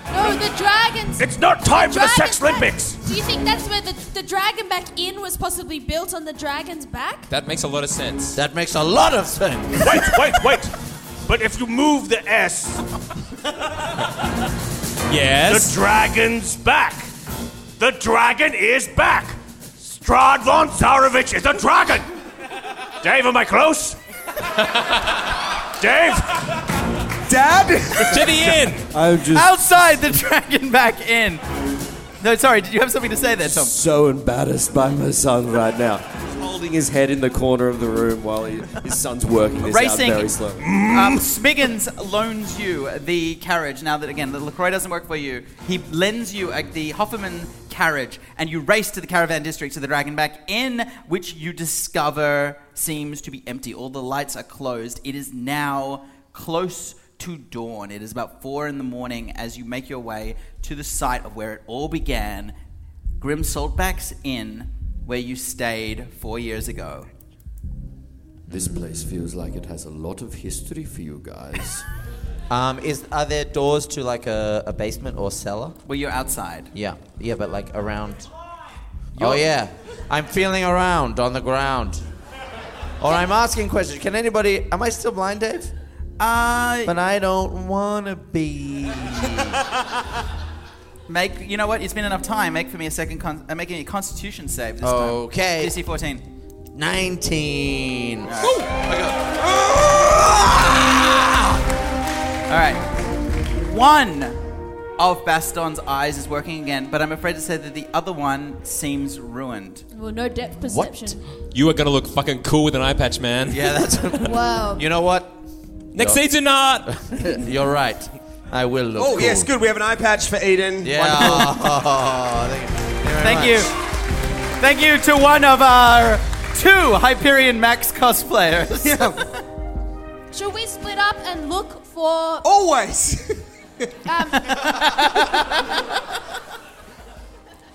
No, Oh, the dragons.
It's not time for the
Dragon's
Sex
back.
Olympics.
Do you think that's where the, the dragon back inn was possibly built on the dragon's back?
That makes a lot of sense.
That makes a lot of sense.
Wait, wait, wait. But if you move the S,
Yes.
the dragon's back. The dragon is back. Strad von Tsarevich is a dragon. Dave, am I close? Dave,
Dad?
to the inn.
I'm just
Outside the Dragon Back Inn! No, sorry, did you have something to say there, Tom?
so embarrassed by my son right now. He's holding his head in the corner of the room while he, his son's working this
Racing.
out uh, very slow.
Um, Smiggins loans you the carriage. Now that again, the Lacroix doesn't work for you. He lends you uh, the Hofferman carriage, and you race to the caravan district to the Dragonback Inn, which you discover seems to be empty. All the lights are closed. It is now close to dawn. It is about four in the morning as you make your way to the site of where it all began, Grim Saltback's Inn, where you stayed four years ago.
This place feels like it has a lot of history for you guys.
Um, is Are there doors to like a, a basement or cellar?
Well, you're outside.
Yeah, yeah, but like around. Oh, yeah. I'm feeling around on the ground. Or I'm asking questions. Can anybody. Am I still blind, Dave?
Uh,
But I don't want to be.
Make you know what? It's been enough time. Make for me a second. Con- uh, make me a Constitution save this
Okay.
time. DC fourteen.
19.
All right. One of Baston's eyes is working again, but I'm afraid to say that the other one seems ruined.
Well, no depth perception.
You are gonna look fucking cool with an eye patch, man.
Yeah, that's.
Wow.
You know what?
Next season, not.
You're right. I will look.
oh
cool.
yes, good. We have an eye patch for Aiden.
Yeah. thank you.
Thank you. Thank you to one of our two Hyperion Max cosplayers.
Should we split up and look for? um,
Always.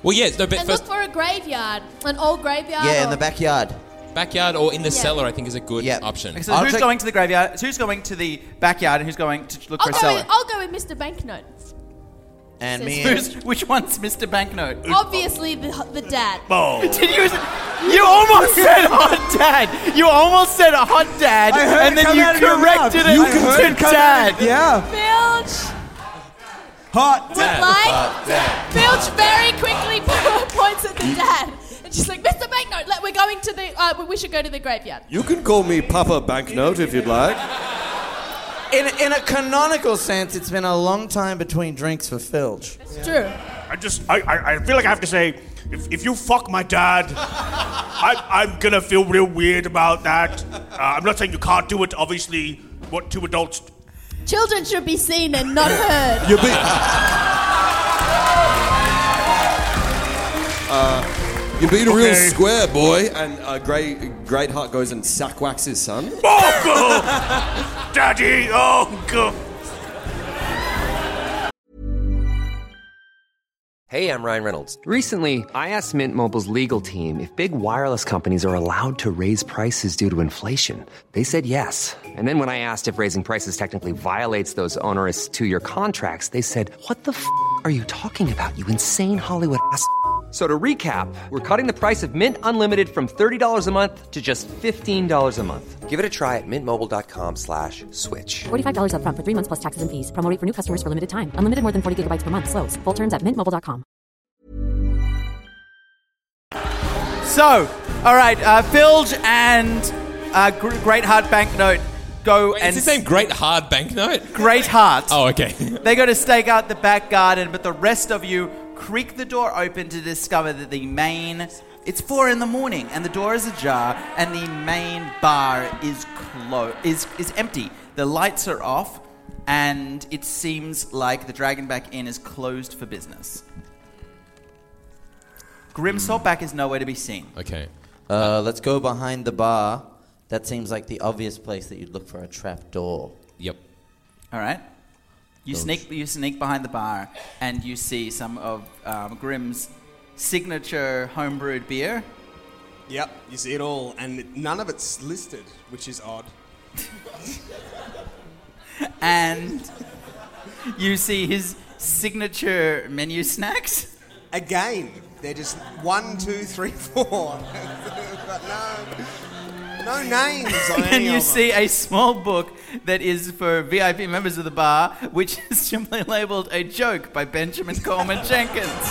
Well, yes, no, but
and
first
look for a graveyard, an old graveyard.
Yeah,
or-
in the
backyard.
backyard or in the
Yeah.
cellar, I think, is a good option.
So who's going to the graveyard? Who's going to the backyard? And who's going to look
I'll
for a
go,
cellar?
with, I'll go with Mr. Banknote.
and
me
Who's, which one's Mr. Banknote?
Obviously, the, the dad.
Oh. Did you? You almost said hot dad. You almost said a hot dad,
I heard
and
it
then
come
you
out of your
corrected
mouth.
it
You heard it
to
come out
dad.
of-
yeah.
Filch,
Hot
dad. like-
Uh,
Hot Filch very quickly points at the dad, and she's like, "Mr. Banknote, let, we're going to the. Uh, we should go to the graveyard."
You can call me Papa Banknote if you'd like.
In, in a canonical sense, it's been a long time between drinks for Filch.
True.
I just, I, I, I feel like I have to say, if, if you fuck my dad, I, I'm gonna feel real weird about that. Uh, I'm not saying you can't do it, obviously. What two adults?
Children should be seen and not heard.
You be. Uh, you beat a real
Okay.
square, boy. And uh, great, great heart goes and sack whacks his son.
Daddy, oh god.
Hey, I'm Ryan Reynolds. Recently, I asked Mint Mobile's legal team if big wireless companies are allowed to raise prices due to inflation. They said yes. And then when I asked if raising prices technically violates those onerous two year contracts, they said, What the f are you talking about, you insane Hollywood ass? f- So to recap, we're cutting the price of Mint Unlimited from $30 a month to just $15 a month. Give it a try at mintmobile.com slash switch.
$45 upfront for three months plus taxes and fees. Promo rate for new customers for limited time. Unlimited more than 40 gigabytes per month. Slows. Full terms at mintmobile.com.
So, all right, uh, Filge and uh, Gr- Great Heart Banknote go and.
Is his name Great Hard Banknote?
Great Heart.
Oh, okay.
They go to stake out the back garden, but the rest of you creak the door open to discover that the main. It's four in the morning, and the door is ajar, and the main bar is clo- is is empty. The lights are off, and it seems like the Dragonback Inn is closed for business. Grim Saltback is nowhere to be seen.
Okay.
Uh, let's go behind the bar. That seems like the obvious place that you'd look for a trap door.
Yep.
All right. You
Those-
sneak, you sneak behind the bar, and you see some of um, Grimm's signature homebrewed beer.
Yep, you see it all, and none of it's listed, which is odd.
and you see his signature menu snacks.
Again, they're just one, two, three, four. but no, no names on
and
any
you
of them.
see a small book that is for VIP members of the bar, which is simply labeled a joke by Benjamin Coleman Jenkins.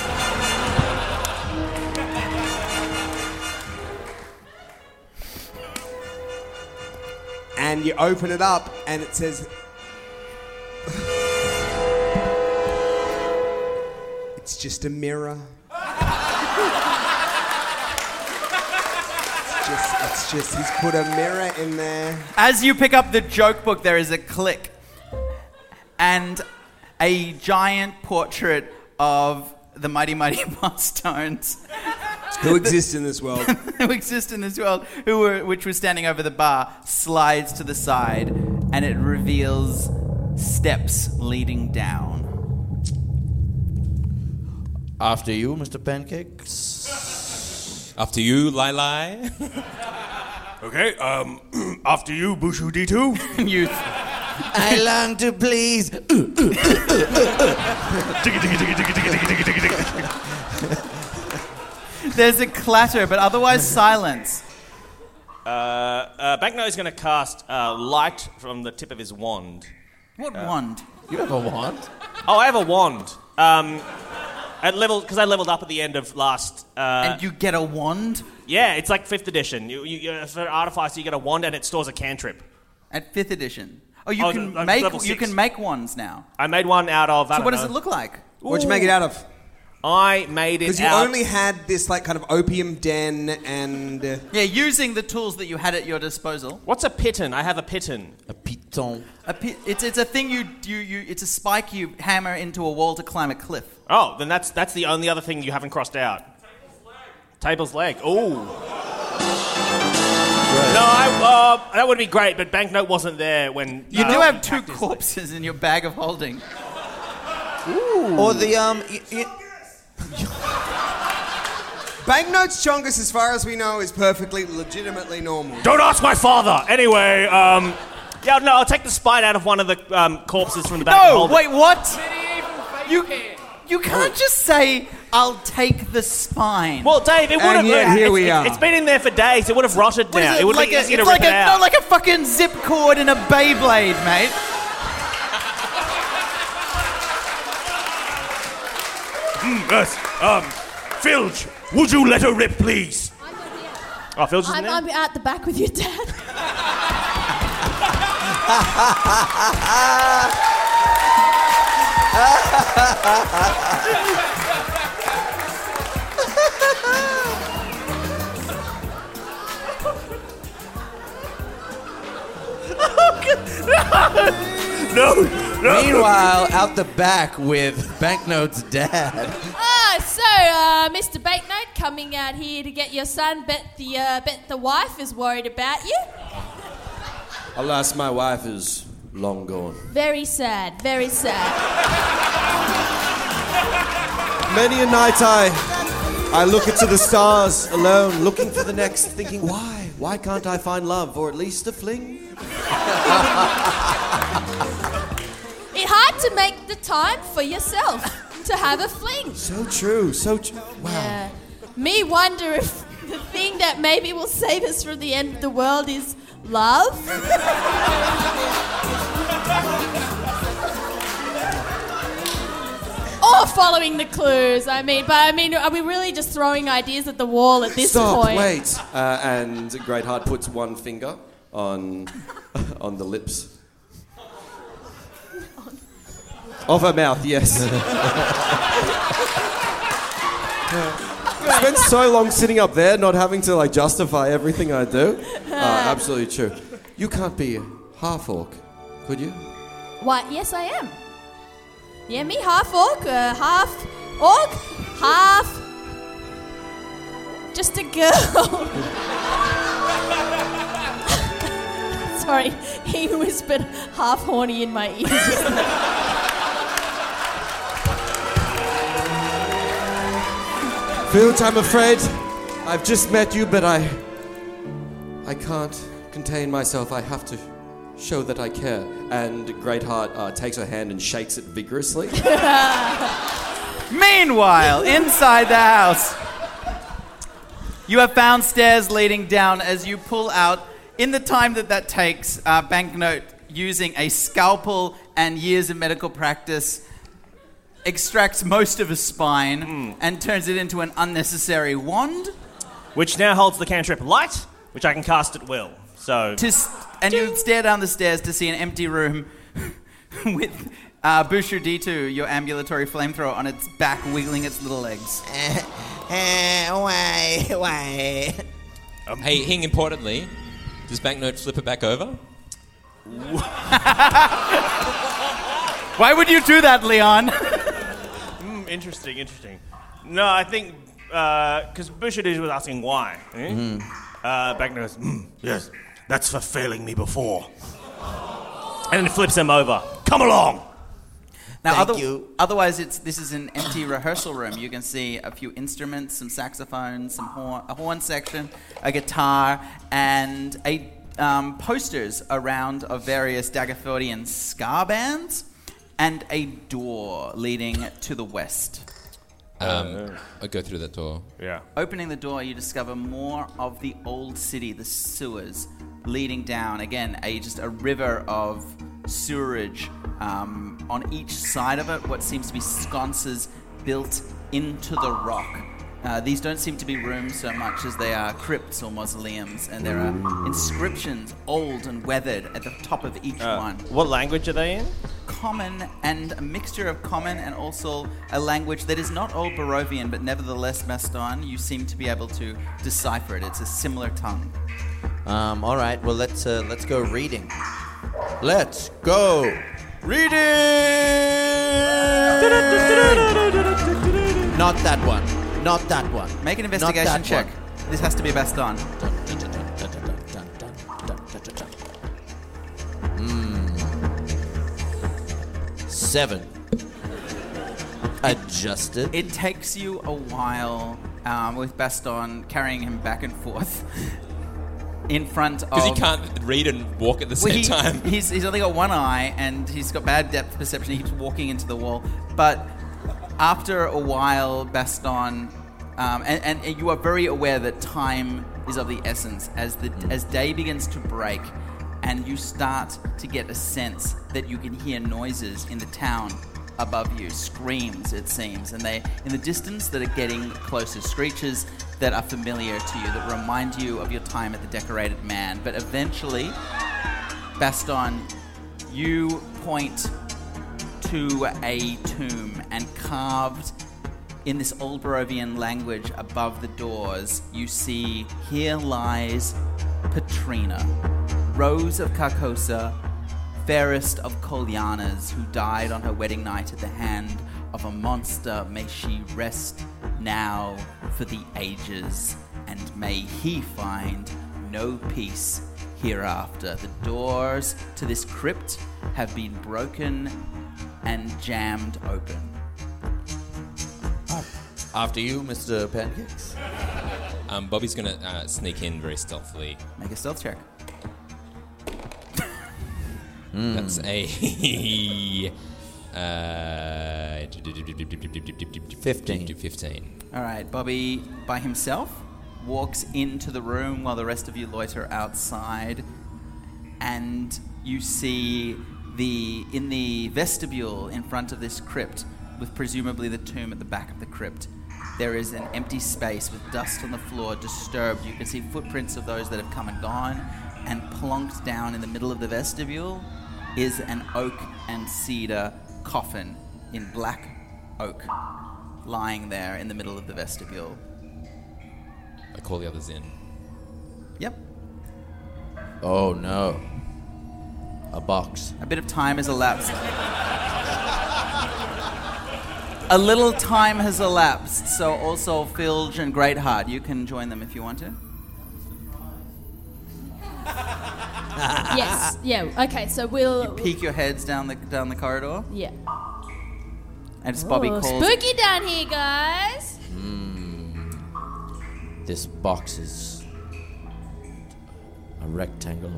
and you open it up, and it says. It's just a mirror. it's just, it's just, he's put a mirror in there.
As you pick up the joke book, there is a click. And a giant portrait of the Mighty Mighty Bosstones.
Who exists in this world?
who exist in this world, who were, which was standing over the bar, slides to the side, and it reveals steps leading down.
After you, Mr. Pancakes.
After you, Lai Lai.
Okay, um, after you, Bushu D2.
you.
I long to please.
There's a clatter, but otherwise silence.
Uh, uh, Banknote is going to cast uh, light from the tip of his wand.
What
Uh,
wand?
You have a wand?
Oh, I have a wand. Um, at level because I leveled up at the end of last. Uh, and
you get a wand.
Yeah, it's like fifth edition. You, you, you for artificer, you get a wand and it stores a cantrip.
At fifth edition. Oh, you
Oh,
can
no, I'm
make
level
you
six.
can make wands now.
I made one out of. I
So
don't
what does
know.
it look like?
What'd you make it out of?
I made
Because
it
you
out.
only had this like kind of opium den and. uh,
Yeah, using the tools that you had at your disposal.
What's a piton? I have a piton.
A pit. Python.
A pi- it's, it's a thing you, you, you, it's a spike you hammer into a wall to climb a cliff.
Oh, then that's that's the only other thing you haven't crossed out. Table's leg. Ooh. No, I, uh, that would be great, but banknote wasn't there when uh,
You
no,
do
we
have two
practiced.
corpses in your bag of holding.
Or the um. Y- y-
Banknotes chongus, as far as we know, is perfectly legitimately normal.
Don't ask my father. Anyway, um, yeah, no, I'll take the spine out of one of the um, corpses from the back. and
No,
hold it.
wait, what? You, you can't just say, I'll take the spine.
Well, Dave, it would have.
yeah,
it's- it's- It's been in there for days. It would have rotted
What is
now. It would
like
be
a,
easier to
it's
rip
like
it
a,
out.
Not like a fucking zip cord in a Beyblade, mate.
Mm, yes. Um, Filge, would you let her rip, please?
Oh, Filge
I'm, I'm at the back with you, Dad.
No,
no. Meanwhile, out the back with Banknote's dad.
Ah, so uh, Mr. Banknote coming out here to get your son. Bet the uh, bet the wife is worried about you.
Alas, my wife is long gone.
Very sad. Very sad.
Many a night I, I look into the stars alone, looking for the next, thinking, why? Why can't I find love, or at least a fling?
It's hard to make the time for yourself to have a fling.
So true, so true. Wow.
Yeah. Me wonder if the thing that maybe will save us from the end of the world is love. or following the clues. I mean, but I mean, are we really just throwing ideas at the wall at this
Stop,
point?
wait. Uh, and Greatheart puts one finger on, on the lips. Of her mouth, yes. Spent so long sitting up there, not having to like justify everything I do. Uh, absolutely true. You can't be half orc, could you?
Why? Yes, I am. Yeah, me half orc, uh, half orc, half just a girl. Sorry, he whispered half horny in my ear. just now.
Filch, I'm afraid I've just met you, but I. I can't contain myself. I have to show that I care. And Greatheart uh, takes her hand and shakes it vigorously.
Meanwhile, inside the house, you have found stairs leading down as you pull out. In the time that that takes, uh, Banknote, using a scalpel and years of medical practice, extracts most of his spine
Hmm.
and turns it into an unnecessary wand.
Which now holds the cantrip light, which I can cast at will. So
To s and you stare down the stairs to see an empty room with uh, Bushu D2, your ambulatory flamethrower, on its back, wiggling its little legs.
why? Why?
Um,
hey, Hing, importantly, does Banknote flip it back over?
Why would you do that, Leon?
Mm, interesting, interesting. No, I think uh, because Bushard was asking why. eh?
Mhm.
Uh, back nose. Mm.
Yes, that's for failing me before.
And it flips him over. Come along.
Now,
Thank
other- otherwise, it's this is an empty rehearsal room. You can see a few instruments, some saxophones, some horn, a horn section, a guitar, and a um, posters around of various Dagerfordian ska bands, and a door leading to the west.
Um, I go through that door.
Yeah.
Opening the door, you discover more of the old city, the sewers leading down. Again, a just a river of sewerage um, on each side of it. What seems to be sconces built into the rock. Uh, these don't seem to be rooms so much as they are crypts or mausoleums, and there
Mm.
are inscriptions, old and weathered, at the top of each one.
Uh, What language are they in?
Common and a mixture of common and also a language that is not all Barovian, but nevertheless, Maston, you seem to be able to decipher it. It's a similar tongue.
Um, all right. Well, let's uh, let's go reading. Let's go. Reading. Not that one. Not that one.
Make an
Not
investigation
that
check.
one.
This has to be Baston.
Hmm. Seven. Adjusted.
It takes you a while um, with Baston carrying him back and forth in front of.
Because he can't read and walk at the same
Oh. Well, he-
time.
He's, he's only got one eye and he's got bad depth perception. He keeps walking into the wall. But after a while, Baston, um, and, and, and you are very aware that time is of the essence. As, the, as day begins to break, and you start to get a sense that you can hear noises in the town above you screams it seems and they in the distance that are getting closer screeches that are familiar to you that remind you of your time at the decorated man but eventually Baston, you point to a tomb and carved in this old Barovian language above the doors, you see here lies Petrina, Rose of Carcosa, fairest of Colyanas, who died on her wedding night at the hand of a monster. May she rest now for the ages, and may he find no peace hereafter. The doors to this crypt have been broken and jammed open.
After you, Mr. Pancakes.
Um, Bobby's going to uh, sneak in very stealthily.
Make a stealth check.
That's a. uh, 15. 15.
All right, Bobby by himself walks into the room while the rest of you loiter outside, and you see the in the vestibule in front of this crypt, with presumably the tomb at the back of the crypt. There is an empty space with dust on the floor, disturbed. You can see footprints of those that have come and gone, and plonked down in the middle of the vestibule is an oak and cedar coffin in black oak lying there in the middle of the vestibule.
I call the others in.
Oh no. A box.
A bit of time has elapsed. A little time has elapsed, so also Filge and Greatheart, you can join them if you want to.
yes. Yeah. Okay. So we'll.
Peek your heads down the down the corridor,
yeah.
and as Bobby
Ooh,
calls,
Spooky down here, guys.
Hmm. This box is a rectangle.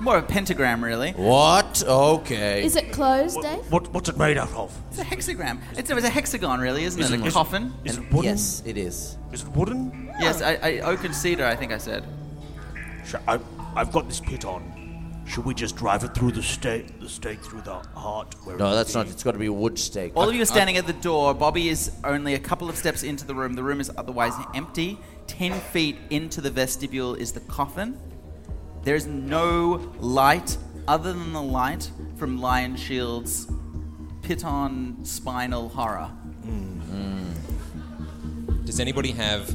more of a pentagram, really.
What? Okay.
Is it closed, Dave?
What, what's it made out of?
It's a hexagram. It's a, it's a hexagon, really, isn't
Isn't
it? A
it-
coffin.
is
And-
it wooden?
Yes, it is.
Is it wooden?
Yes, I, I, oak and cedar. I think I said.
Sh- I, I've got this pit on. Should we just drive it through the stake, the stake through the heart? Where
No, that's not. It's got to be a wood stake.
All of you are standing at the door. Bobby is only a couple of steps into the room. The room is otherwise empty. Ten feet into the vestibule is the coffin. There is no light other than the light from Lion Shield's piton spinal horror.
Hmm.
Mm-hmm. Mm. Does anybody have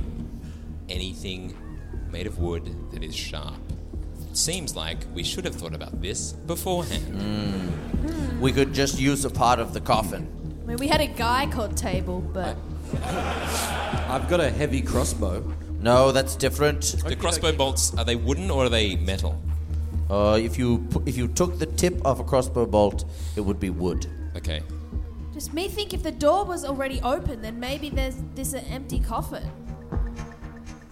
anything made of wood that is sharp? Seems like we should have thought about this beforehand.
Hmm. We could just use a part of the coffin.
I mean, we had a guy called Table, but
I've got a heavy crossbow. No, that's different.
The crossbow bolts are they wooden or are they metal?
Uh, if you pu- if you took the tip off a crossbow bolt, it would be wood.
Okay.
just me think if the door was already open, then maybe there's this an empty coffin.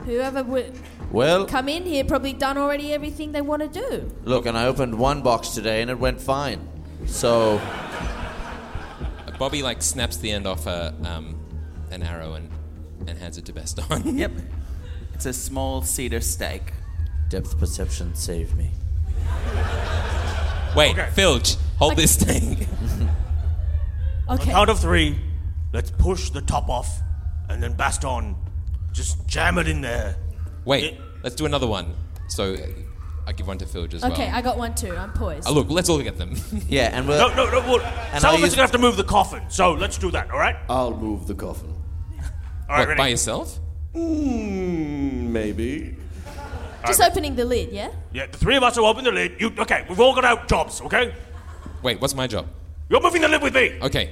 Whoever would
Well,
come in here probably done already everything they want to do.
look, and I opened one box today, and it went fine. So
Bobby like snaps the end off a um, an arrow and and hands it to Baston.
yep. It's a small cedar stake.
depth perception saved me.
Wait, Filch, hold this thing.
Okay.
count of three, let's push the top off, and then Baston, just jam it in there.
Wait, let's do another one. So uh, I give one to Filch as
Okay,
well.
I got one too. I'm poised.
Uh, look, let's all get them.
yeah, and we'll.
No, no, no. Well,
And
some
I'll
of us
use-
are gonna have to move the coffin, so let's do that. All right.
I'll move the coffin.
All right,
What,
ready?
by
yourself?
Mm, maybe.
Just
Alright.
opening the lid, yeah?
Yeah, the three of us will open the lid. You okay? We've all got our jobs. Okay,
Wait, what's my job?
you're moving the lid with me.
Okay.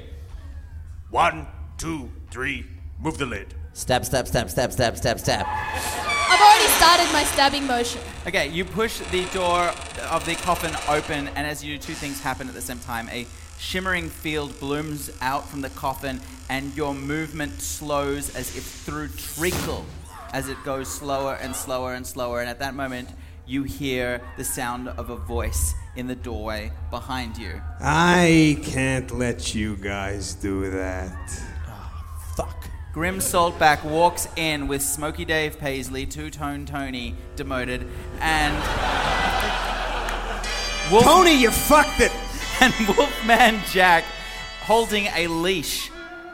One, two, three. Move the lid.
Stab, stab, stab, stab, stab, stab, stab.
I've already started my stabbing motion.
Okay, you push the door of the coffin open, and as you do, two things happen at the same time. A shimmering field blooms out from the coffin, and your movement slows as if through treacle as it goes slower and slower and slower. And at that moment, you hear the sound of a voice in the doorway behind you.
I can't let you guys do that.
Grim Saltback walks in with Smoky Dave Paisley, Two Tone Tony demoted, and. Tony,
you fucked it!
And Wolfman Jack holding a leash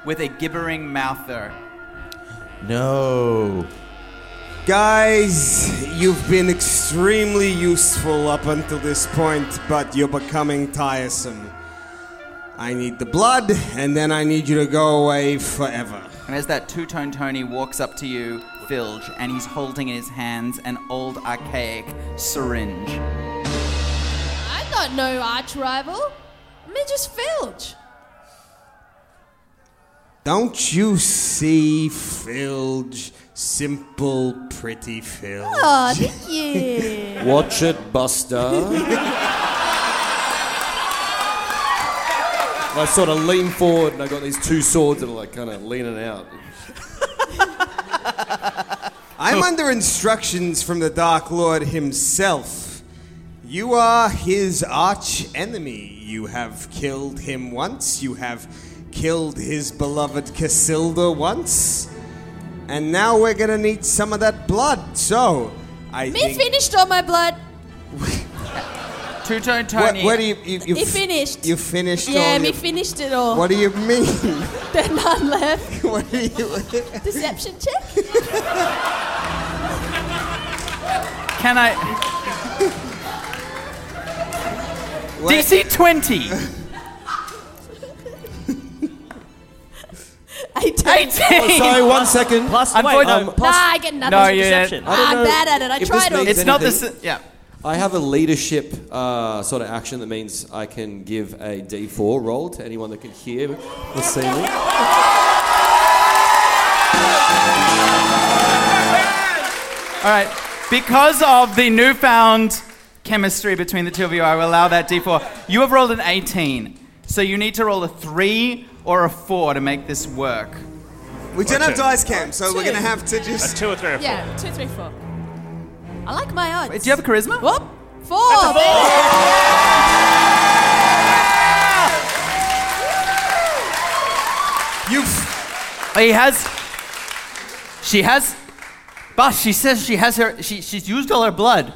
with a gibbering mouther.
No. Guys, you've been extremely useful up until this point, but you're becoming tiresome. I need the blood, and then I need you to go away forever.
And as that Two Tone Tony walks up to you, Filge, and he's holding in his hands an old archaic syringe.
I'm not no arch rival. I'm just Filch.
Don't you see, Filge? Simple, pretty Filge.
Oh, thank you.
Watch it, Buster. I sort of lean forward and I got these two swords that are like kind of leaning out.
I'm under instructions from the Dark Lord himself. You are his arch enemy. You have killed him once, you have killed his beloved Casilda once, and now we're gonna need some of that blood. So, I
Me
think.
finished all my blood.
Two Tone
What,
Tony.
what do you. you you
He finished.
You finished
yeah,
all
me
your-
finished it all.
What do you mean?
There's none left.
what do you?
Deception check.
Can I. DC 20!
18.
Oh, sorry, one second.
Plus,
nah, I get nothing.
No, you- Deception. I don't
I'm
know
bad at it. I
if this
tried all
means
the
It's not the anything. s-
Yeah.
I have a leadership uh, sort of action that means I can give a D4 roll to anyone that can hear the ceiling.
All right. Because of the newfound chemistry between the two of you, I will allow that d4. You have rolled an 18, so you need to roll a 3 or a 4 to make this work.
We
don't have dice
cam,
so we're Two. gonna have to just-
two or three
Yeah, two, three, four. I like my odds.
do you have a charisma?
Whoop. Four. There you go.
You.
He has. She has. Boss, she says she has her. She, she's used all her blood.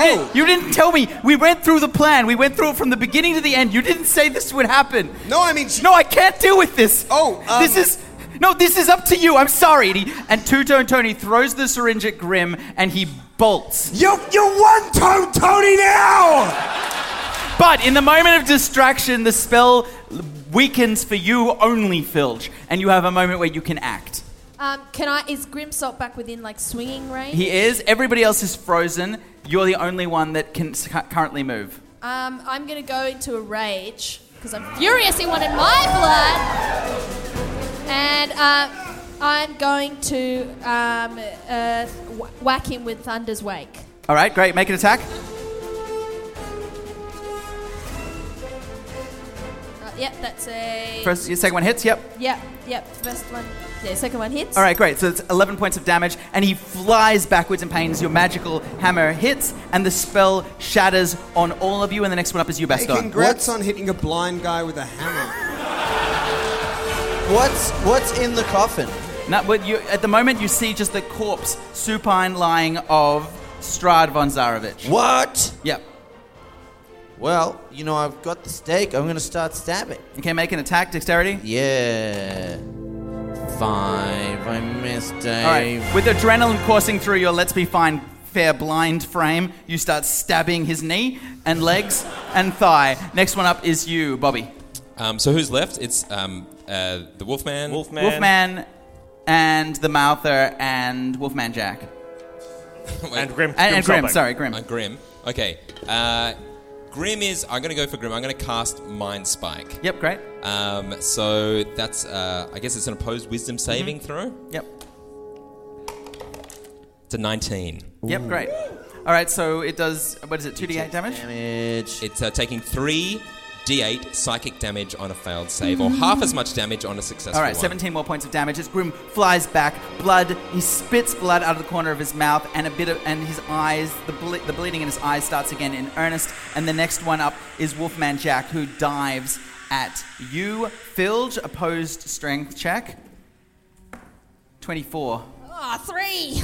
Oh.
didn't, you didn't tell me. We went through the plan. We went through it from the beginning to the end. You didn't say this would happen.
No, I mean.
no, I can't deal with this.
Oh,
um,
this is. No, this is up to you. I'm sorry. And, he- and Two Tone Tony throws the syringe at Grim and he bolts.
You, you one tone Tony now!
But in the moment of distraction, the spell weakens for you only, Filch, and you have a moment where you can act.
Um, can I? Is Grimsalt back within like swinging range?
He is. Everybody else is frozen. You're the only one that can s- cu- currently move.
Um, I'm gonna go into a rage because I'm furious. He wanted my blood, and uh, I'm going to um, uh, wh- whack him with Thunder's Wake.
All right, great. Make an attack.
Uh, yep, that's a
First, your second one hits. Yep.
Yep, yep. First one, yeah. Second one hits.
All right, great. So it's 11 points of damage, and he flies backwards in pain as your magical hammer hits, and the spell shatters on all of you. And the next one up is you,
Hey,
Baston.
congrats on hitting a blind guy with a hammer.
What's what's in the coffin? No, but you, at the moment you see just the corpse supine lying of Strad von Zarevich.
What?
Yep.
Well, you know, I've got the stake. I'm going to start stabbing.
Okay, make an attack, dexterity.
Yeah. Five. I missed, Dave.
All right. With adrenaline coursing through your let's be fine fair blind frame, you start stabbing his knee and legs and thigh. Next one up is you, Bobby.
Um, so who's left? It's um, uh, the Wolfman. Wolfman.
Wolfman and the Mouther and Wolfman Jack.
and
Grim- And- and Grim Grim, something. sorry, Grim.
Uh, Grim. Okay. Uh, Grim is. I'm going to go for Grim. I'm going to cast Mind Spike.
Yep, great.
Um, so that's. Uh, I guess it's an opposed Wisdom
Mm-hmm.
saving throw.
Yep.
It's a 19.
Yep, great. All right, so it does. What is it? Two d eight damage.
Damage. It's uh, taking three d8 psychic damage on a failed save, or half as much damage on a successful.
All right,
one.
17 more points of damage. As Grim flies back, blood. He spits blood out of the corner of his mouth, and a bit of, and his eyes, the ble- the bleeding in his eyes starts again in earnest. And the next one up is Wolfman Jack, who dives at you. Filge opposed strength check. 24.
Ah, three.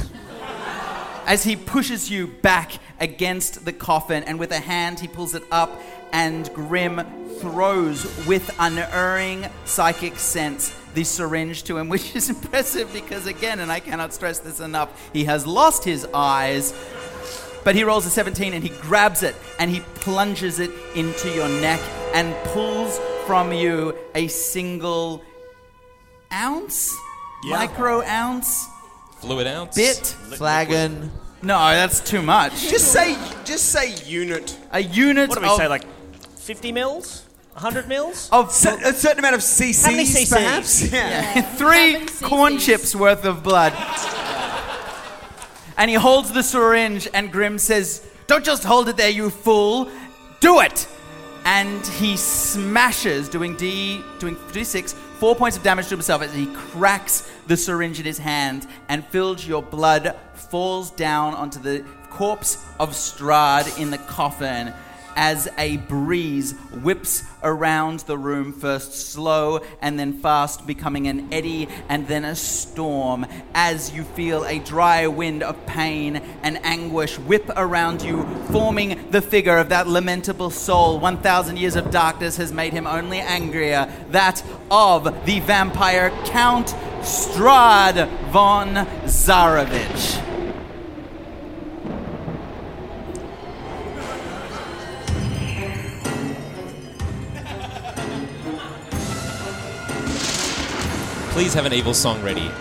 as he pushes you back against the coffin, and with a hand he pulls it up, and Grim throws with unerring psychic sense the syringe to him, which is impressive because, again, and I cannot stress this enough, he has lost his eyes. But he rolls a 17 and he grabs it and he plunges it into your neck and pulls from you a single ounce? Micro ounce?
Fluid ounce.
Bit?
Flagon.
No, that's too much.
Just say, just say unit.
A unit.
What do we
of-
say, like 50 mils? 100 mils?
Of
a certain amount of CCs,
How many CCs?
perhaps.
Yeah.
three corn chips worth of blood. And he holds the syringe, and Grim says, Don't just hold it there, you fool! Do it! And he smashes, doing D, doing D6, four points of damage to himself as he cracks the syringe in his hand, and fills your blood falls down onto the corpse of Strahd in the coffin as a breeze whips around the room, first slow and then fast, becoming an eddy and then a storm, as you feel a dry wind of pain and anguish whip around you, forming the figure of that lamentable soul. 1,000 years of darkness has made him only angrier, that of the vampire Count Strad von Zarevich.
Please have an evil song ready.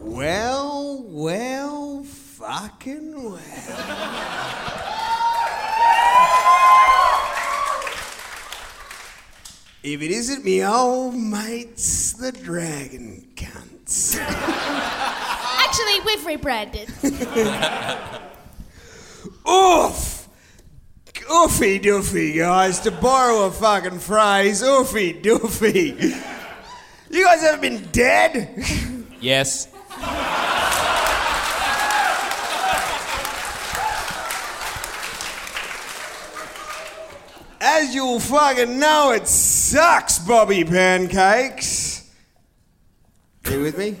Well, well, fucking well. if it isn't me old mates, the dragon cunts.
Actually, we've rebranded.
Oof! Oofy doofy, guys. To borrow a fucking phrase, oofy doofy. You guys haven't been dead?
Yes.
As you'll fucking know, it sucks, Bobby Pancakes. You with me?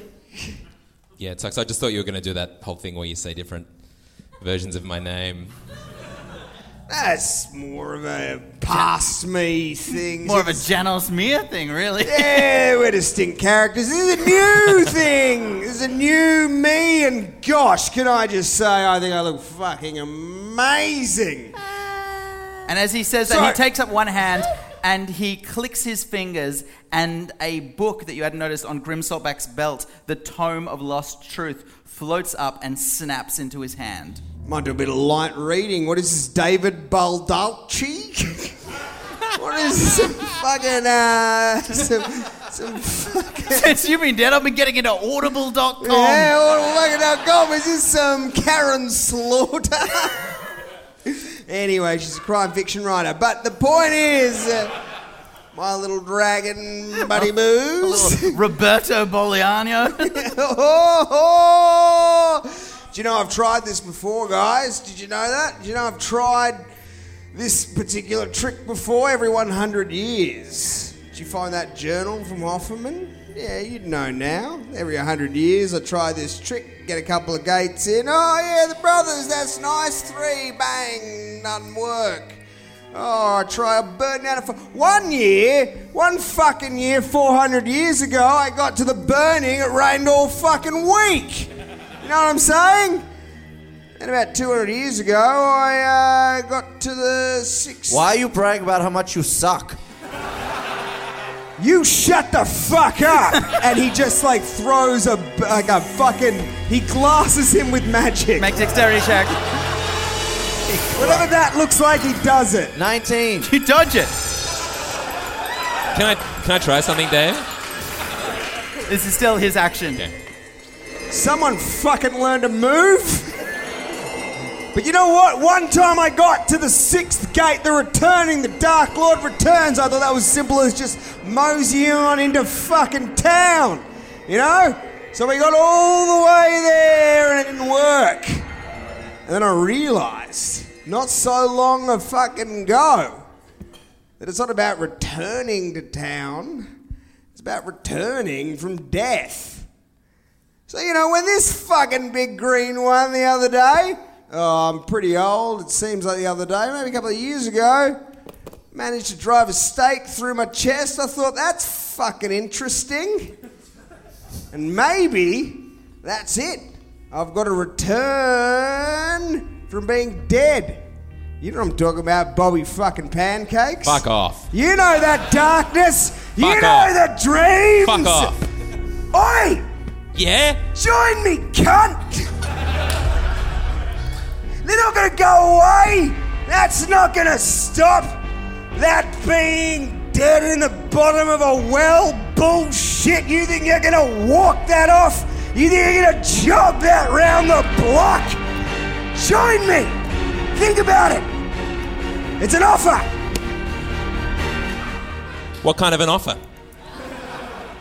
Yeah, it sucks. I just thought you were going to do that whole thing where you say different versions of my name.
That's more of a past me thing.
More of a Janos Mir thing, really.
Yeah, we're distinct characters. This is a new thing. This is a new me, and gosh, can I just say, I think I look fucking amazing.
And as he says that, he takes up one hand and he clicks his fingers, and a book that you hadn't noticed on Grim Saltback's belt, the Tome of Lost Truth, floats up and snaps into his hand.
Might do a bit of light reading. What is this, David Baldacci? what is this, some fucking, uh, some, some fucking...
Since you've been dead, I've been getting into audible.com.
Yeah, well, look at our gum. Is this um, Karen Slaughter? anyway, she's a crime fiction writer. But the point is, uh, my little dragon buddy moves.
Roberto Boliano.
Do you know I've tried this before, guys? Did you know that? Do you know I've tried this particular trick before every 100 years? Did you find that journal from Hofferman? Yeah, you'd know now. Every 100 years I try this trick, get a couple of gates in. Oh, yeah, the brothers, that's nice. Three, bang, none work. Oh, I try a burden out of fo- one year, one fucking year, 400 years ago, I got to the burning, it rained all fucking week. You know what I'm saying? And about 200 years ago, I uh, got to the six.
Why are you bragging about how much you suck?
you shut the fuck up! and he just like throws a like a fucking he glasses him with magic. Make
dexterity check.
Whatever that looks like, he does it.
19.
You dodge it.
Can I can I try something, Dave?
This is still his action.
Someone fucking learn to move. But you know what? One time I got to the sixth gate, the returning, the Dark Lord returns. I thought that was simple as just moseying on into fucking town, you know? So we got all the way there and it didn't work. And then I realized, not so long a fucking go, that it's not about returning to town, it's about returning from death. So, you know, when this fucking big green one the other day, oh, I'm pretty old, it seems like the other day, maybe a couple of years ago, managed to drive a stake through my chest, I thought, that's fucking interesting. And maybe that's it. I've got to return from being dead. You know what I'm talking about, Bobby fucking pancakes?
Fuck off.
You know that darkness. you
Fuck
know
off.
the dreams.
Fuck off.
Oi!
Yeah?
Join me, cunt! They're not gonna go away! That's not gonna stop! That being dead in the bottom of a well bullshit! You think you're gonna walk that off? You think you're gonna jog that round the block? Join me! Think about it! It's an offer!
What kind of an offer?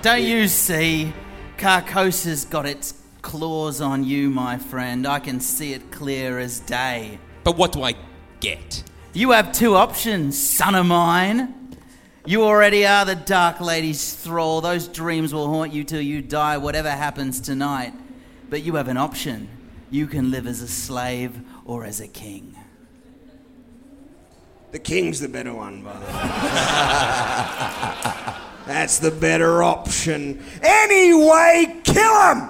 Don't you see? Carcosa's got its claws on you, my friend. I can see it clear as day.
But what do I get?
You have two options, son of mine. You already are the Dark Lady's thrall. Those dreams will haunt you till you die, whatever happens tonight. But you have an option. You can live as a slave or as a king.
The king's the better one, by the way. That's the better option. Anyway, kill him!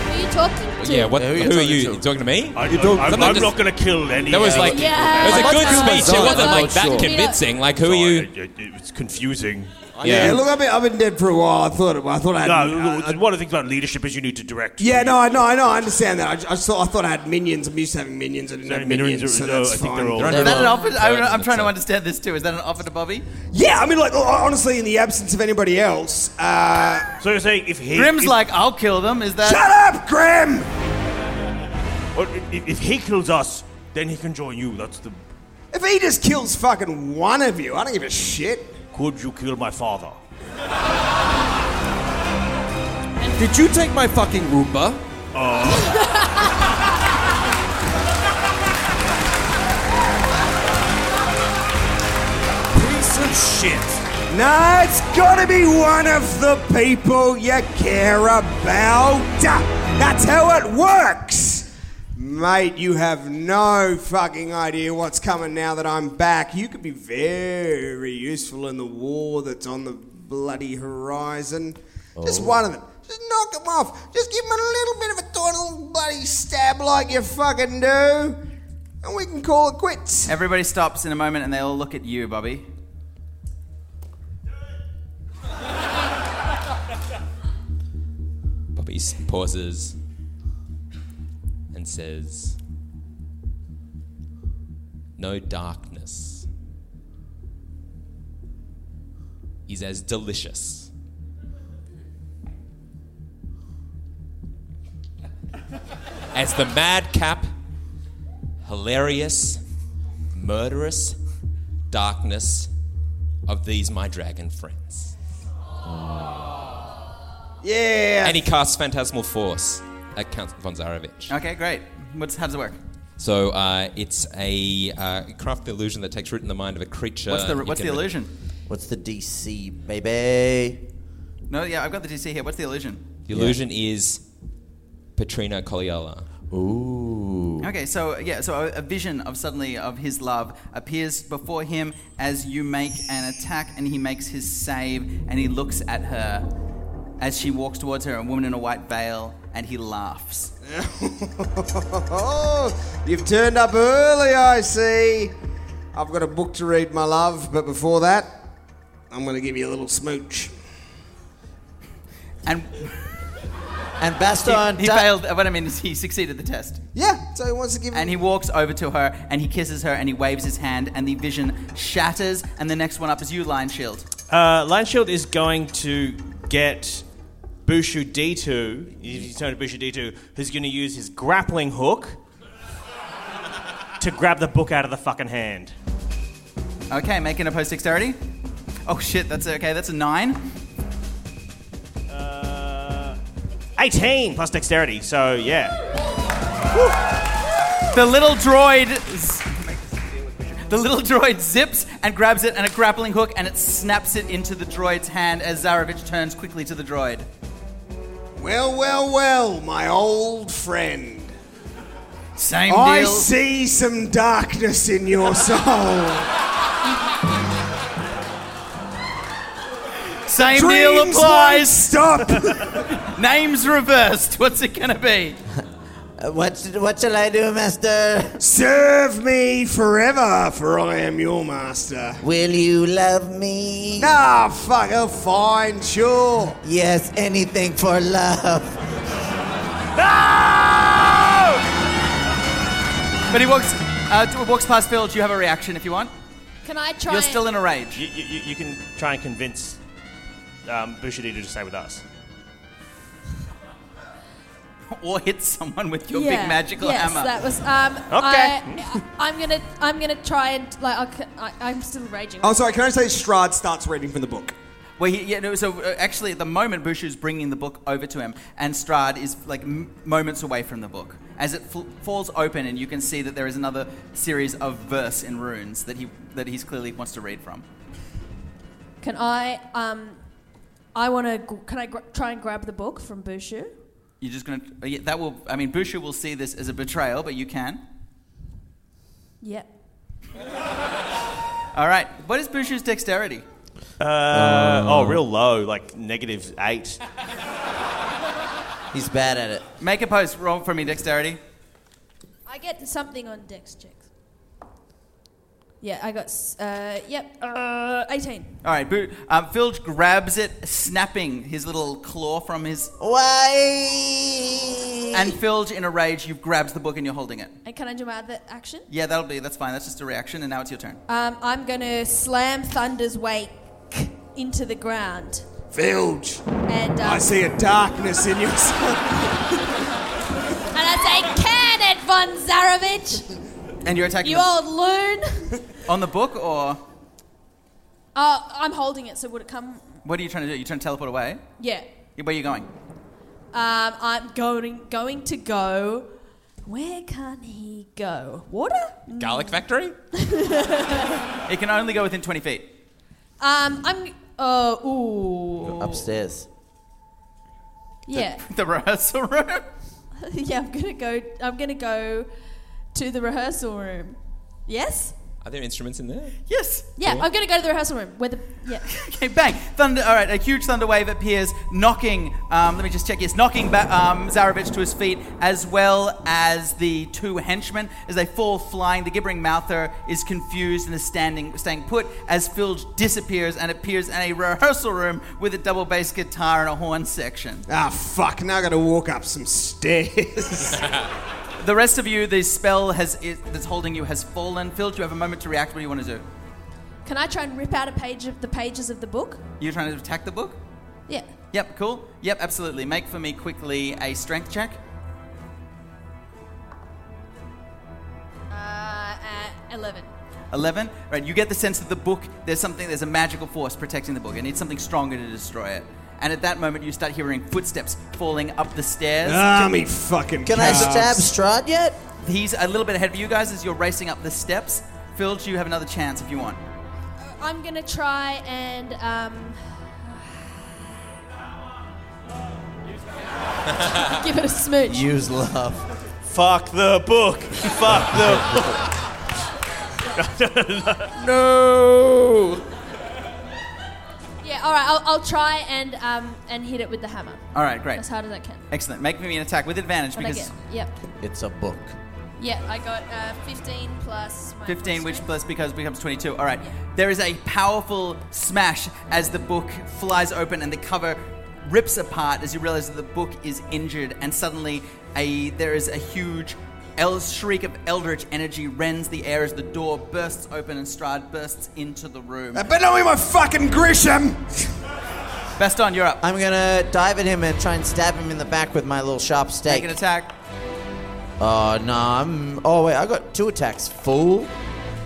Who are you talking to?
Yeah, what, who, are you? You talking to me? I,
don't- I'm- I'm not gonna kill any-
That was like,
Yeah.
it was a
Let's
good
do my
speech. It
zone,
wasn't
I'm
like
not
that
sure.
convincing. Like, who are you?
It's confusing.
Yeah. look, I've been, I've been dead for a while. I thought, I thought I had.
No, one of the things about leadership is you need to direct.
yeah, no, I know, I know, I understand that. I, ju- I, just thought, I thought I had minions. I'm used to having minions. I didn't
No,
have
minions
minions,
are-
so
no,
that's
I think
fine.
they're all-
Is that an offer? I, I'm trying to understand this too. Is that an offer to Bobby?
Yeah, I mean, like ho- honestly, in the absence of anybody else. Uh,
so you're saying if he
Grim's like, I'll kill them. Is that?
Shut up, Grim!
Or i- if, if he kills us, then he can join you. That's the.
If he just kills fucking one of you, I don't give a shit.
Could you kill my father?
Did you take my fucking Roomba?
Uh.
Piece of shit. No, it's gotta be one of the people you care about. That's how it works. Mate, you have no fucking idea what's coming now that I'm back. You could be very useful in the war that's on the bloody horizon. Just
Oh.
one of them. Just knock them off. Just give them a little bit of a little bloody stab like you fucking do. And we can call it quits.
Everybody stops in a moment and they all look at you, Bobby.
Bobby s- pauses and says, No darkness is as delicious as the madcap, hilarious, murderous darkness of these my dragon friends.
Yeah.
And he casts Phantasmal Force at Count Von Zarevich.
Okay, great. What's, how does it work?
So uh, it's a uh, craft the illusion that takes root in the mind of a creature.
What's the-
You
what's
can
the
re-
illusion?
What's the DC, baby?
No, yeah, I've got the DC here. What's the illusion?
The illusion is Petrina Coliola.
Ooh.
Okay, so yeah, so a, a vision of suddenly of his love appears before him as you make an attack, and he makes his save, and he looks at her as she walks towards her, a woman in a white veil, and he laughs.
Oh, you've turned up early, I see. I've got a book to read, my love, but before that, I'm gonna give you a little smooch.
And
and Baston
he, he failed. What I mean is he succeeded the test.
Yeah, so he wants to give.
And he walks over to her and he kisses her and he waves his hand and the vision shatters and the next one up is you, Lion Shield.
Uh, Lion Shield is going to get Bushu D2. He's turned to Bushu D2, who's going to use his grappling hook to grab the book out of the fucking hand.
Okay, make an opposed dexterity. Oh shit, that's okay. That's a nine.
Uh, 18 plus dexterity, so yeah.
The little droid. z- The little droid zips and grabs it and a grappling hook and it snaps it into the droid's hand as Zarevich turns quickly to the droid.
Well, well, well, my old friend.
Same
I
deal.
see some darkness in your soul.
Same deal
Dreams
applies.
won't
Stop. Names reversed. What's it gonna be?
Uh, What, what shall I do, Master?
Serve me forever, for I am your master.
Will you love me?
Nah, fuck, oh, fine, sure.
Yes, anything for love.
Oh!
But he walks uh, t- walks past Phil. Do you have a reaction if you want?
Can I try?
You're still in a rage.
You, you, you- you can try and convince um, Bushu D2 to stay with us.
or hit someone with your
Yeah,
big magical
yes,
hammer.
that was. Um,
Okay.
I, am gonna. I'm gonna try and like. I'll c- I, I'm still raging.
Oh, sorry, can I say Strahd starts reading from the book?
Well, he, yeah, no, so uh, actually, at the moment, Bushu's bringing the book over to him, and Strad is like m- moments away from the book. As it fl- falls open, and you can see that there is another series of verse in runes that he that he's clearly wants to read from.
Can I? Um, I want to. Can I gra- try and grab the book from Bushu?
You're just gonna uh, yeah, that will I mean Bushu will see this as a betrayal, but you can.
Yeah.
All right, what is Bushu's dexterity?
Uh, oh, real low, like negative eight.
He's bad at it.
Make a post roll for me dexterity.
I get something on Dex checks. Yeah, I got. s- Uh, yep. Uh, 18.
All right, Boo, um, Phil grabs it, snapping his little claw from his.
Why?
And Filge, in a rage, you've grabbed the book and you're holding it.
And can I do my other action?
Yeah, that'll be that's fine. That's just a reaction, and now it's your turn.
Um, I'm gonna slam Thunder's wake into the ground.
Filge.
And, um,
I see a darkness in your soul.
And I say, can it, Von Zarevich?
And you're attacking
You
the-
old loon!
on the book, or
Uh, I'm holding it, so would it come?
what are you trying to do? You trying to teleport away?
Yeah.
Where are you going?
Um, I'm going going to go. Where can he go? Water?
Garlic Factory?
It can only go within 20 feet.
Um, I'm. Oh, ooh.
Upstairs.
Yeah.
The rehearsal room.
yeah, I'm gonna go. I'm gonna go to the rehearsal room. Yes.
Are there instruments in there?
Yes.
Yeah,
Cool.
I'm gonna go to the rehearsal room where the. Yeah.
Okay, bang! Thunder. All right, a huge thunder wave appears, knocking. Um, let me just check. Yes, knocking ba- um, Zarevich to his feet, as well as the two henchmen as they fall flying. The gibbering mouther is confused and is standing, staying put as Filge disappears and appears in a rehearsal room with a double bass guitar and a horn section.
Ah, fuck, now I gotta walk up some stairs.
The rest of you, the spell has is, that's holding you has fallen. Filge, you have a moment to react. What do you want to do?
Can I try and rip out a page of the pages of the book?
You're trying to attack the book.
Yeah.
Yep, cool. Yep, absolutely. Make for me quickly a strength check.
Uh, at 11.
11. Right, you get the sense that the book, there's something, there's a magical force protecting the book. It needs something stronger to destroy it. And at that moment, you start hearing footsteps falling up the stairs.
ah, me fucking
Can I
cows.
stab
Strahd yet?
He's a little bit ahead of you guys as you're racing up the steps. Filge, you have another chance if you want.
Uh, I'm gonna try and. Um, Give it a smooch.
Use love.
Fuck the book. Fuck the book.
no.
yeah, alright, I'll, I'll try and um, and hit it with the hammer.
All right, great.
As hard as I can.
Excellent. Make me an attack with advantage
What I
because
get. Yep.
It's a book.
Yeah, I got uh, 15 plus. My
15, which plus because becomes 22. All right. There is a powerful smash as the book flies open and the cover rips apart as you realize that the book is injured, and suddenly a there is a huge el- shriek of eldritch energy rends the air as the door bursts open and Strahd bursts into the room.
I bet not be my fucking Grisham!
Baston, you're up.
I'm gonna dive at him and try and stab him in the back with my little sharp stake.
Make an attack.
Oh, no, I'm. Oh, wait, I got two attacks, fool.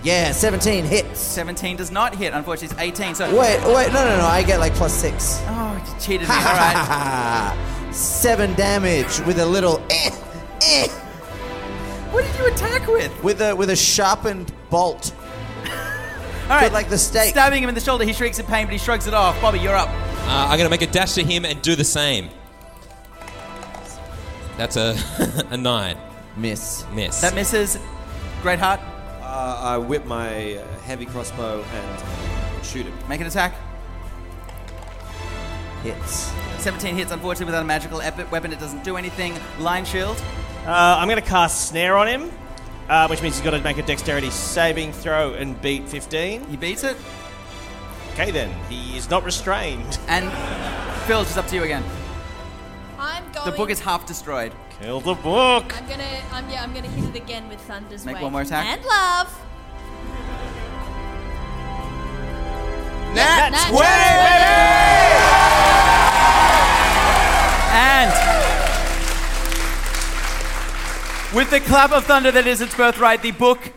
Yeah, 17 hit.
17 does not hit, unfortunately, it's 18. So
Wait, wait, no, no, no, I get like plus six.
Oh, you cheated me. All right.
Seven damage with a little eh, eh,
What did you attack with?
with a with a sharpened bolt.
All right.
like the stake.
Stabbing him in the shoulder, he shrieks in pain, but he shrugs it off. Bobby, you're up.
Uh, I'm going to make a dash to him and do the same. That's a a nine.
Miss.
Miss.
That misses. Great heart.
Uh, I whip my uh, heavy crossbow and shoot him.
Make an attack.
Hits.
17 hits, unfortunately, without a magical epi- weapon, it doesn't do anything. Line shield.
Uh, I'm going to cast Snare on him, uh, which means he's got to make a dexterity saving throw and beat 15.
He beats it.
Okay, then. He is not restrained.
And Phil, it's up to you again.
I'm going.
The book is half destroyed.
Kill the book.
I'm gonna. I'm, yeah, I'm gonna hit it again with Thunder's
Make
Wave.
one more attack.
And love.
Nat
Nat
20,
And with the clap of thunder that is its birthright, the book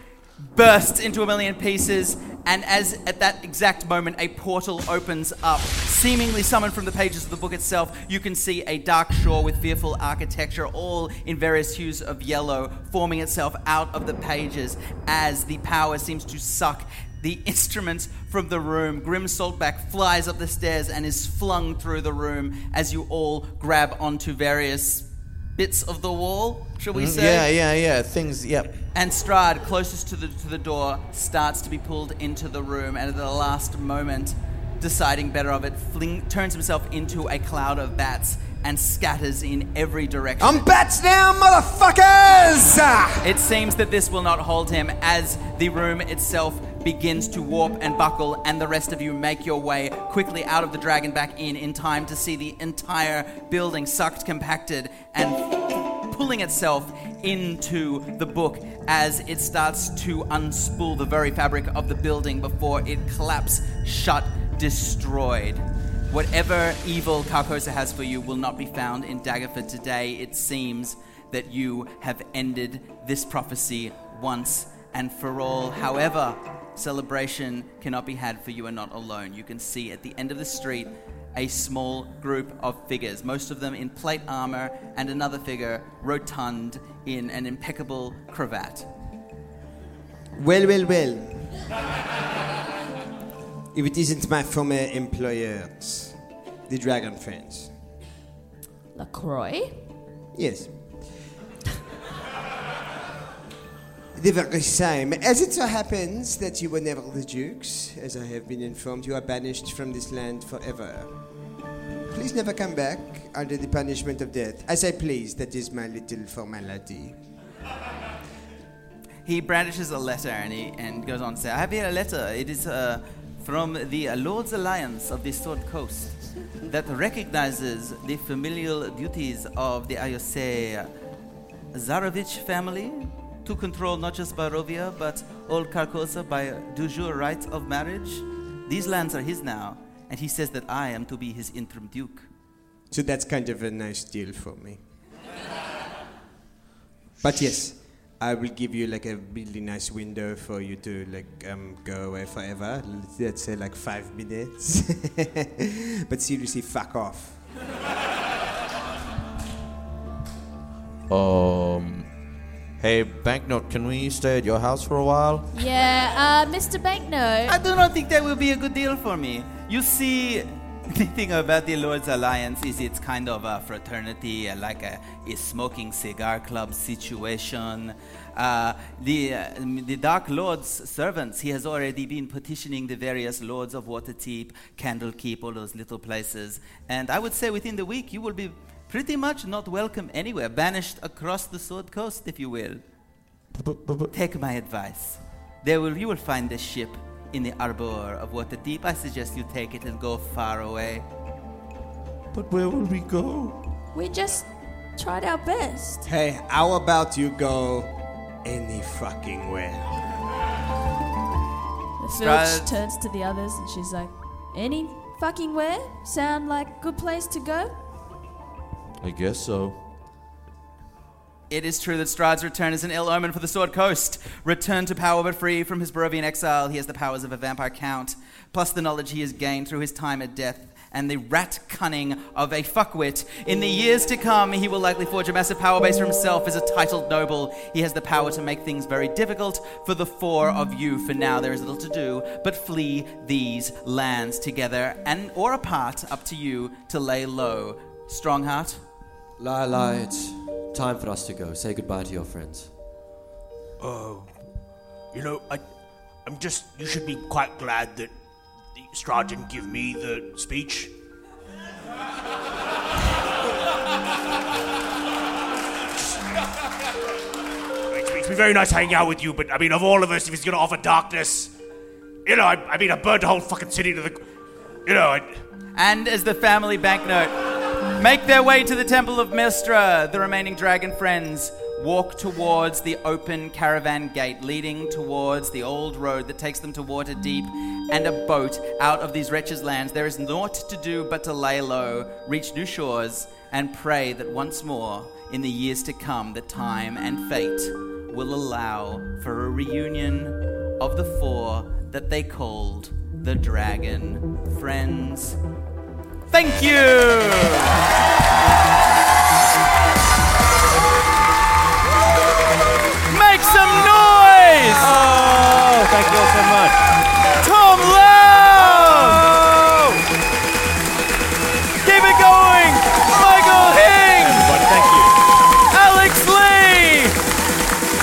bursts into a million pieces. And as at that exact moment, a portal opens up, seemingly summoned from the pages of the book itself, you can see a dark shore with fearful architecture, all in various hues of yellow, forming itself out of the pages as the power seems to suck the instruments from the room. Grim Saltback flies up the stairs and is flung through the room as you all grab onto various bits of the wall, shall we
Mm,
say?
Yeah, yeah, yeah. Things, yep.
And Strad, closest to the, to the door, starts to be pulled into the room, and at the last moment, deciding better of it, fling, turns himself into a cloud of bats and scatters in every direction.
I'm bats now, motherfuckers! Ah!
It seems that this will not hold him as the room itself begins to warp and buckle, and the rest of you make your way quickly out of the dragon back in in time to see the entire building sucked, compacted, and pulling itself into the book as it starts to unspool the very fabric of the building before it collapse shut, destroyed. Whatever evil Carcosa has for you will not be found in Daggerford today. It seems that you have ended this prophecy once and for all. However, celebration cannot be had for you are not alone. You can see at the end of the street a small group of figures, most of them in plate armor, and another figure rotund in an impeccable cravat.
Well, well, well.
If it isn't my former employers, the Dragon Friends.
LaCroix.
Yes. the very same. As it so happens that you were never the Dukes, as I have been informed, you are banished from this land forever. Please never come back under the punishment of death. I say please, that is my little formality.
He brandishes a letter and he and goes on to say, I have here a letter. It is uh, from the Lord's Alliance of the Sword Coast that recognizes the familial duties of the Ayose Zarovich family to control not just Barovia but all Carcosa by du jure right of marriage. These lands are his now, and he says that I am to be his interim duke.
So that's kind of a nice deal for me. But yes, I will give you like a really nice window for you to like um, go away forever. Let's say like five minutes. but seriously, fuck off.
Um. Hey, Banknote, can we stay at your house for a while?
Yeah, uh, Mr. Banknote.
I do not think that will be a good deal for me. You see, the thing about the Lord's Alliance is it's kind of a fraternity, uh, like a, a smoking cigar club situation. Uh, the, uh, m- the Dark Lord's servants, he has already been petitioning the various Lords of Waterdeep, Candlekeep, all those little places. And I would say within the week, you will be pretty much not welcome anywhere, banished across the Sword Coast, if you will.
Take my advice. There will you will find the ship in the arbor of water deep. I suggest you take it and go far away.
But where will we go?
We just tried our best.
Hey, how about you go any fucking where?
The
Stride-
Filch turns to the others and she's like, Any fucking where? Sound like a good place to go?
I guess so.
It is true that Stride's return is an ill omen for the Sword Coast. Returned to power but free from his Barovian exile, he has the powers of a vampire count, plus the knowledge he has gained through his time at death and the rat cunning of a fuckwit. In the years to come, he will likely forge a massive power base for himself as a titled noble. He has the power to make things very difficult for the four of you. For now, there is little to do but flee these lands together and or apart, up to you to lay low. Strongheart.
La la, it's time for us to go. Say goodbye to your friends.
Oh, you know, I, I'm just. You should be quite glad that Strahd didn't give me the speech. It's, it's been very nice hanging out with you, but I mean, of all of us, if he's gonna offer darkness, you know, I, I mean, I burned a whole fucking city to the. You know, I,
and as the family banknote make their way to the temple of mistra the remaining dragon friends walk towards the open caravan gate leading towards the old road that takes them to water deep and a boat out of these wretches lands there is naught to do but to lay low reach new shores and pray that once more in the years to come that time and fate will allow for a reunion of the four that they called the dragon friends Thank you. Make some noise!
Oh, thank you all so much.
Tom Lowe!
Oh!
Keep it going! Michael Hing! thank you. Alex Lee!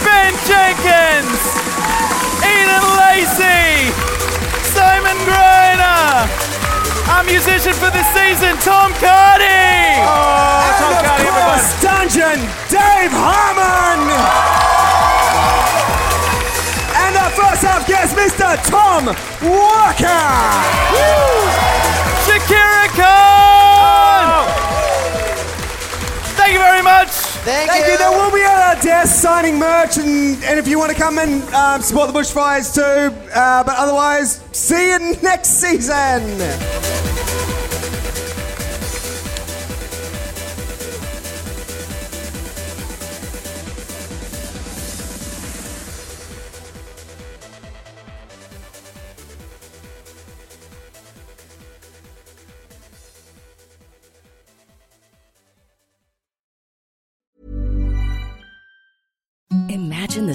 Ben Jenkins! Eden Lacey! Simon Grainer! Our musician for the season, Tom Cardy! Oh, Tom Cardy, everybody!
Dungeon Dave Harmon! And our first half guest, Mr. Tom Walker!
Shakira Khan! Thank you very much!
Thank, you. There will be at our desk signing merch, and, and if you want to come and um, support the bushfires too. Uh, but otherwise, see you next season!
Imagine the